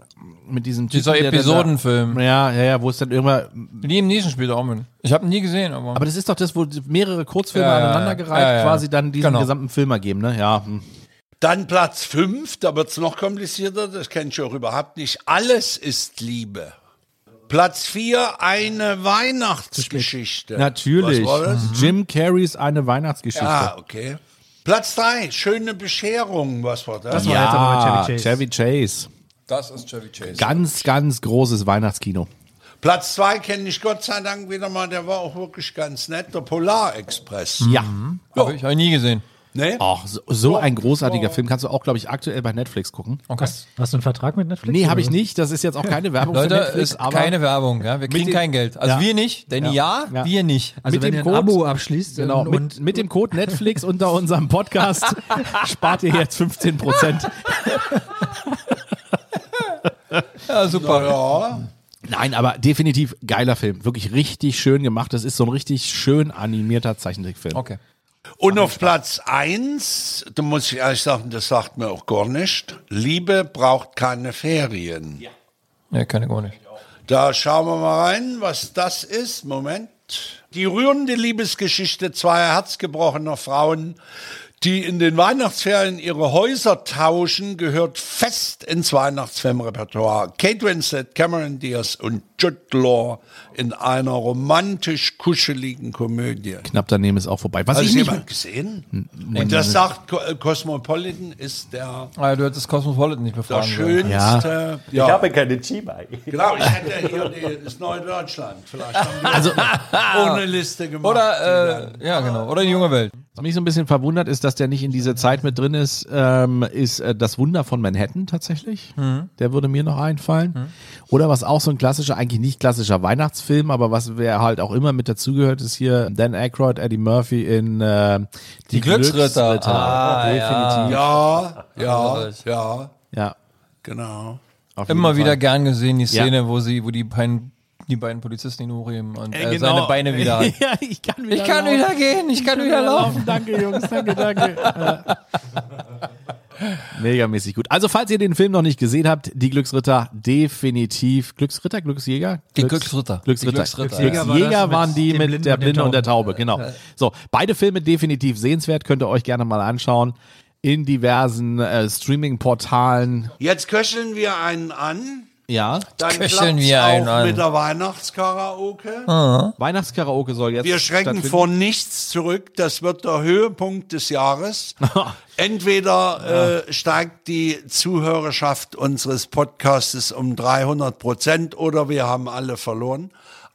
S1: mit diesem Typen,
S4: Dieser
S1: der dann da-
S4: Episodenfilm.
S1: Ja, ja, ja, wo es dann irgendwann
S4: Die im Nischen spielt er auch mit. Ich habe ihn nie gesehen, aber.
S1: Aber das ist doch das, wo mehrere Kurzfilme
S4: Ja, ja,
S1: aneinandergereiht
S4: ja, ja, ja.
S1: quasi dann diesen
S4: Genau.
S1: gesamten Film ergeben, ne? Ja. hm.
S3: Dann Platz 5, da wird es noch komplizierter, das kenne ich auch überhaupt nicht. Alles ist Liebe. Platz 4, eine Weihnachtsgeschichte.
S1: Natürlich.
S3: Was war das?
S1: Mhm. Jim Carreys eine Weihnachtsgeschichte.
S3: Ah, okay. Platz 3, schöne Bescherung. Was war das?
S5: Das war jetzt aber mit
S1: Chevy
S5: Chevy Chase.
S1: Chase.
S4: das ist Chevy Chase.
S1: Ganz, ganz großes Weihnachtskino.
S3: Platz 2 kenne ich Gott sei Dank wieder mal, der war auch wirklich ganz nett. Der Polarexpress. Ne?
S1: Ja.
S4: Habe ich hab ihn nie gesehen.
S3: Nee?
S1: Mhm. Ach, so,
S4: Oh,
S1: so ein großartiger Film kannst du auch, glaube ich, aktuell bei Netflix gucken.
S4: Okay.
S5: Hast du einen Vertrag mit Netflix?
S1: Nee, habe ich
S5: Oder?
S1: nicht. Das ist jetzt auch keine Werbung
S4: Mhm. Leute,
S1: für Netflix,
S4: ist
S1: aber
S4: keine Werbung. Ja? Wir kriegen
S1: den-
S4: kein Geld. Also
S1: Ja.
S4: wir nicht, denn ja,
S1: Ja.
S4: wir nicht.
S5: Also
S1: mit
S5: wenn
S1: dem
S5: ihr ein
S1: Code-
S5: Abo abschließt
S1: Genau,
S5: und,
S1: mit, mit dem Code Netflix unter unserem
S4: (laughs)
S1: Podcast spart ihr jetzt 15 Prozent.
S4: ja, super.
S3: Ja.
S1: Nein, aber definitiv geiler Film. Wirklich richtig schön gemacht. Das ist so ein richtig schön animierter Zeichentrickfilm.
S4: Okay.
S3: Und auf Platz eins, da muss ich ehrlich sagen, das sagt mir auch gar nicht, Liebe braucht keine Ferien.
S4: Nee, keine gar nicht.
S3: Da schauen wir mal rein, was das ist. Moment. Die rührende Liebesgeschichte zweier herzgebrochener Frauen, die in den Weihnachtsferien ihre Häuser tauschen, gehört fest ins Weihnachtsfilmrepertoire. Kate Winslet, Cameron Diaz und Jude Law in einer romantisch kuscheligen Komödie.
S1: Knapp daneben ist auch vorbei. Was
S4: Also
S3: Hat
S1: ich
S3: es
S1: nicht
S3: jemand gesehen? Und das sagt, Co- äh, Cosmopolitan ist der,
S4: Ah, du hättest Cosmopolitan nicht
S3: der
S4: befragen sollen.
S3: schönste. Ja.
S6: Ich habe keine Chibai.
S3: Genau, ich hätte hier die, das neue Deutschland. Vielleicht
S4: (laughs)
S3: haben wir
S1: Also,
S3: ohne Liste gemacht.
S4: Oder, äh, ja, genau. Oder die junge Welt.
S1: was mich so ein bisschen verwundert ist, dass der nicht in diese Zeit mit drin ist, ähm, ist äh, das Wunder von Manhattan tatsächlich.
S4: Mhm.
S1: Der würde mir noch einfallen. Oder was auch so ein klassischer, eigentlich nicht klassischer Weihnachtsfilm, aber was wer halt auch immer mit dazugehört, ist hier Dan Aykroyd, Eddie Murphy in äh, Die,
S4: Glücksritter. Ah,
S1: definitiv.
S3: ja, ja, ja,
S1: Ja.
S3: genau.
S1: auf jeden
S4: Immer
S1: Fall.
S4: wieder gern gesehen, die
S1: Ja.
S4: Szene, wo sie, wo die beiden, die beiden Polizisten ihn hochheben und äh,
S1: Genau.
S4: seine
S1: (laughs)
S4: Beine wieder hat.
S1: ja, ich kann wieder
S4: Ich kann
S1: laufen.
S4: wieder gehen, ich kann wieder
S1: genau.
S4: laufen.
S1: Danke, Jungs, danke, danke. Äh. (laughs) Megamäßig gut. Also, falls ihr den Film noch nicht gesehen habt, die Glücksritter definitiv. Glücksritter, Glücksjäger?
S4: Die
S1: Glücks-
S4: Glücksritter.
S1: Glücksritter.
S4: Die Glücksritter.
S1: Glücksjäger,
S5: Glücksjäger war
S1: waren
S5: das mit
S1: die
S5: dem
S1: mit,
S5: Blinden
S1: der
S5: und der
S1: Blinde und der Taube, genau. So, beide Filme definitiv sehenswert, könnt ihr euch gerne mal anschauen. In diversen äh, Streaming-Portalen.
S3: Jetzt köcheln wir einen an.
S1: Ja.
S3: Dann
S4: Köcheln
S3: klappt's
S4: wir einen
S3: auch
S4: an.
S3: mit der Weihnachtskaraoke.
S1: Weihnachtskaraoke soll jetzt.
S3: Wir schrecken
S1: stattfinden.
S3: vor nichts zurück. Das wird der Höhepunkt des
S1: (laughs)
S3: Jahres. Entweder äh, steigt die Zuhörerschaft unseres Podcastes um 300 Prozent oder wir haben alle verloren.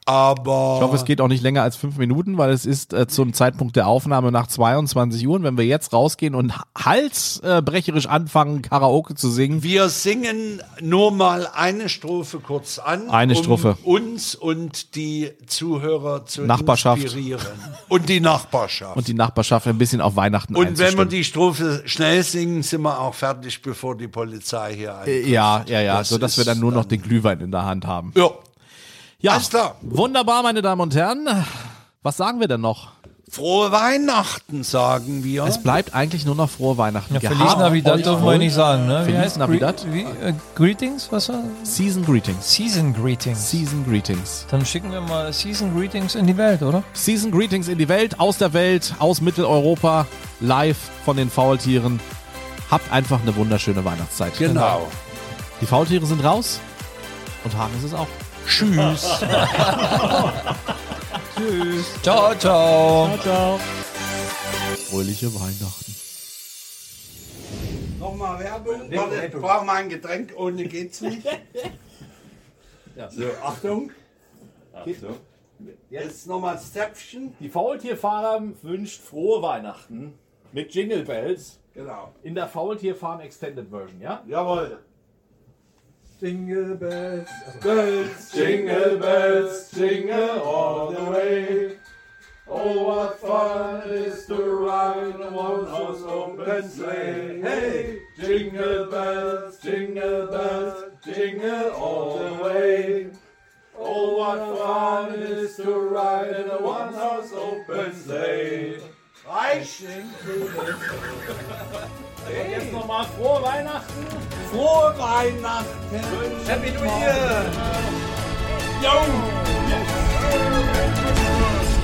S1: Ich hoffe,
S3: Aber
S1: es geht auch nicht länger als fünf Minuten, weil es ist äh, zum Zeitpunkt der Aufnahme nach 22 Uhr. Und wenn wir jetzt rausgehen und halsbrecherisch anfangen, Karaoke zu singen,
S3: wir singen nur mal eine Strophe kurz an,
S1: Eine
S3: um
S1: Strophe.
S3: uns und die Zuhörer zu
S1: Nachbarschaft.
S3: inspirieren. Und die Nachbarschaft.
S1: und die Nachbarschaft ein bisschen auf Weihnachten
S3: Und wenn wir
S1: einzustimmen.
S3: die Strophe schnell singen, sind wir auch fertig, bevor die Polizei
S1: Äh,
S3: hier eintrifft.
S1: ja, ja, ja,
S3: Das
S1: so dass wir
S3: ist
S1: dann nur noch den Glühwein in der Hand haben.
S3: Ja.
S1: Ja,
S3: Alles klar.
S1: wunderbar, meine Damen und Herren. Was sagen wir denn noch?
S3: Frohe Weihnachten, sagen wir.
S1: Es bleibt eigentlich nur noch frohe Weihnachten. Ja,
S4: Feliz Navidad dürfen wir nicht sagen, ne?
S1: Feliz
S4: heißt-
S1: Navidad?
S4: Wie, äh, greetings, was war?
S1: Season Greetings.
S4: Season Greetings.
S1: Season Greetings.
S4: Dann schicken wir mal Season Greetings in die Welt, oder?
S1: Season Greetings in die Welt, aus der Welt, aus Mitteleuropa, live von den Faultieren. Habt einfach eine wunderschöne Weihnachtszeit.
S3: genau.
S1: Die Faultiere sind raus und Hagen ist es auch.
S3: Tschüss.
S4: Ciao, ciao.
S1: Fröhliche Weihnachten.
S3: Nochmal Werbung. Warte, ich brauche mal ein Getränk, ohne geht's nicht. So, Achtung. Jetzt nochmal ein Zäpfchen.
S7: Die Faultierfarm wünscht frohe Weihnachten mit Jingle Bells
S3: Genau.
S7: in der Faultierfarm Extended Version, ja?
S3: Jawohl.
S8: Jingle bells,
S3: Bells, jingle bells, jingle all the way. Oh, what fun it is to ride in one horse open sleigh. Hey, jingle bells, jingle bells, jingle all the way. Oh, what fun it is to ride in a one horse open sleigh. Reichen.
S7: Jetzt nochmal frohe Weihnachten.
S3: Frohe Weihnachten. Happy New Year. Yo.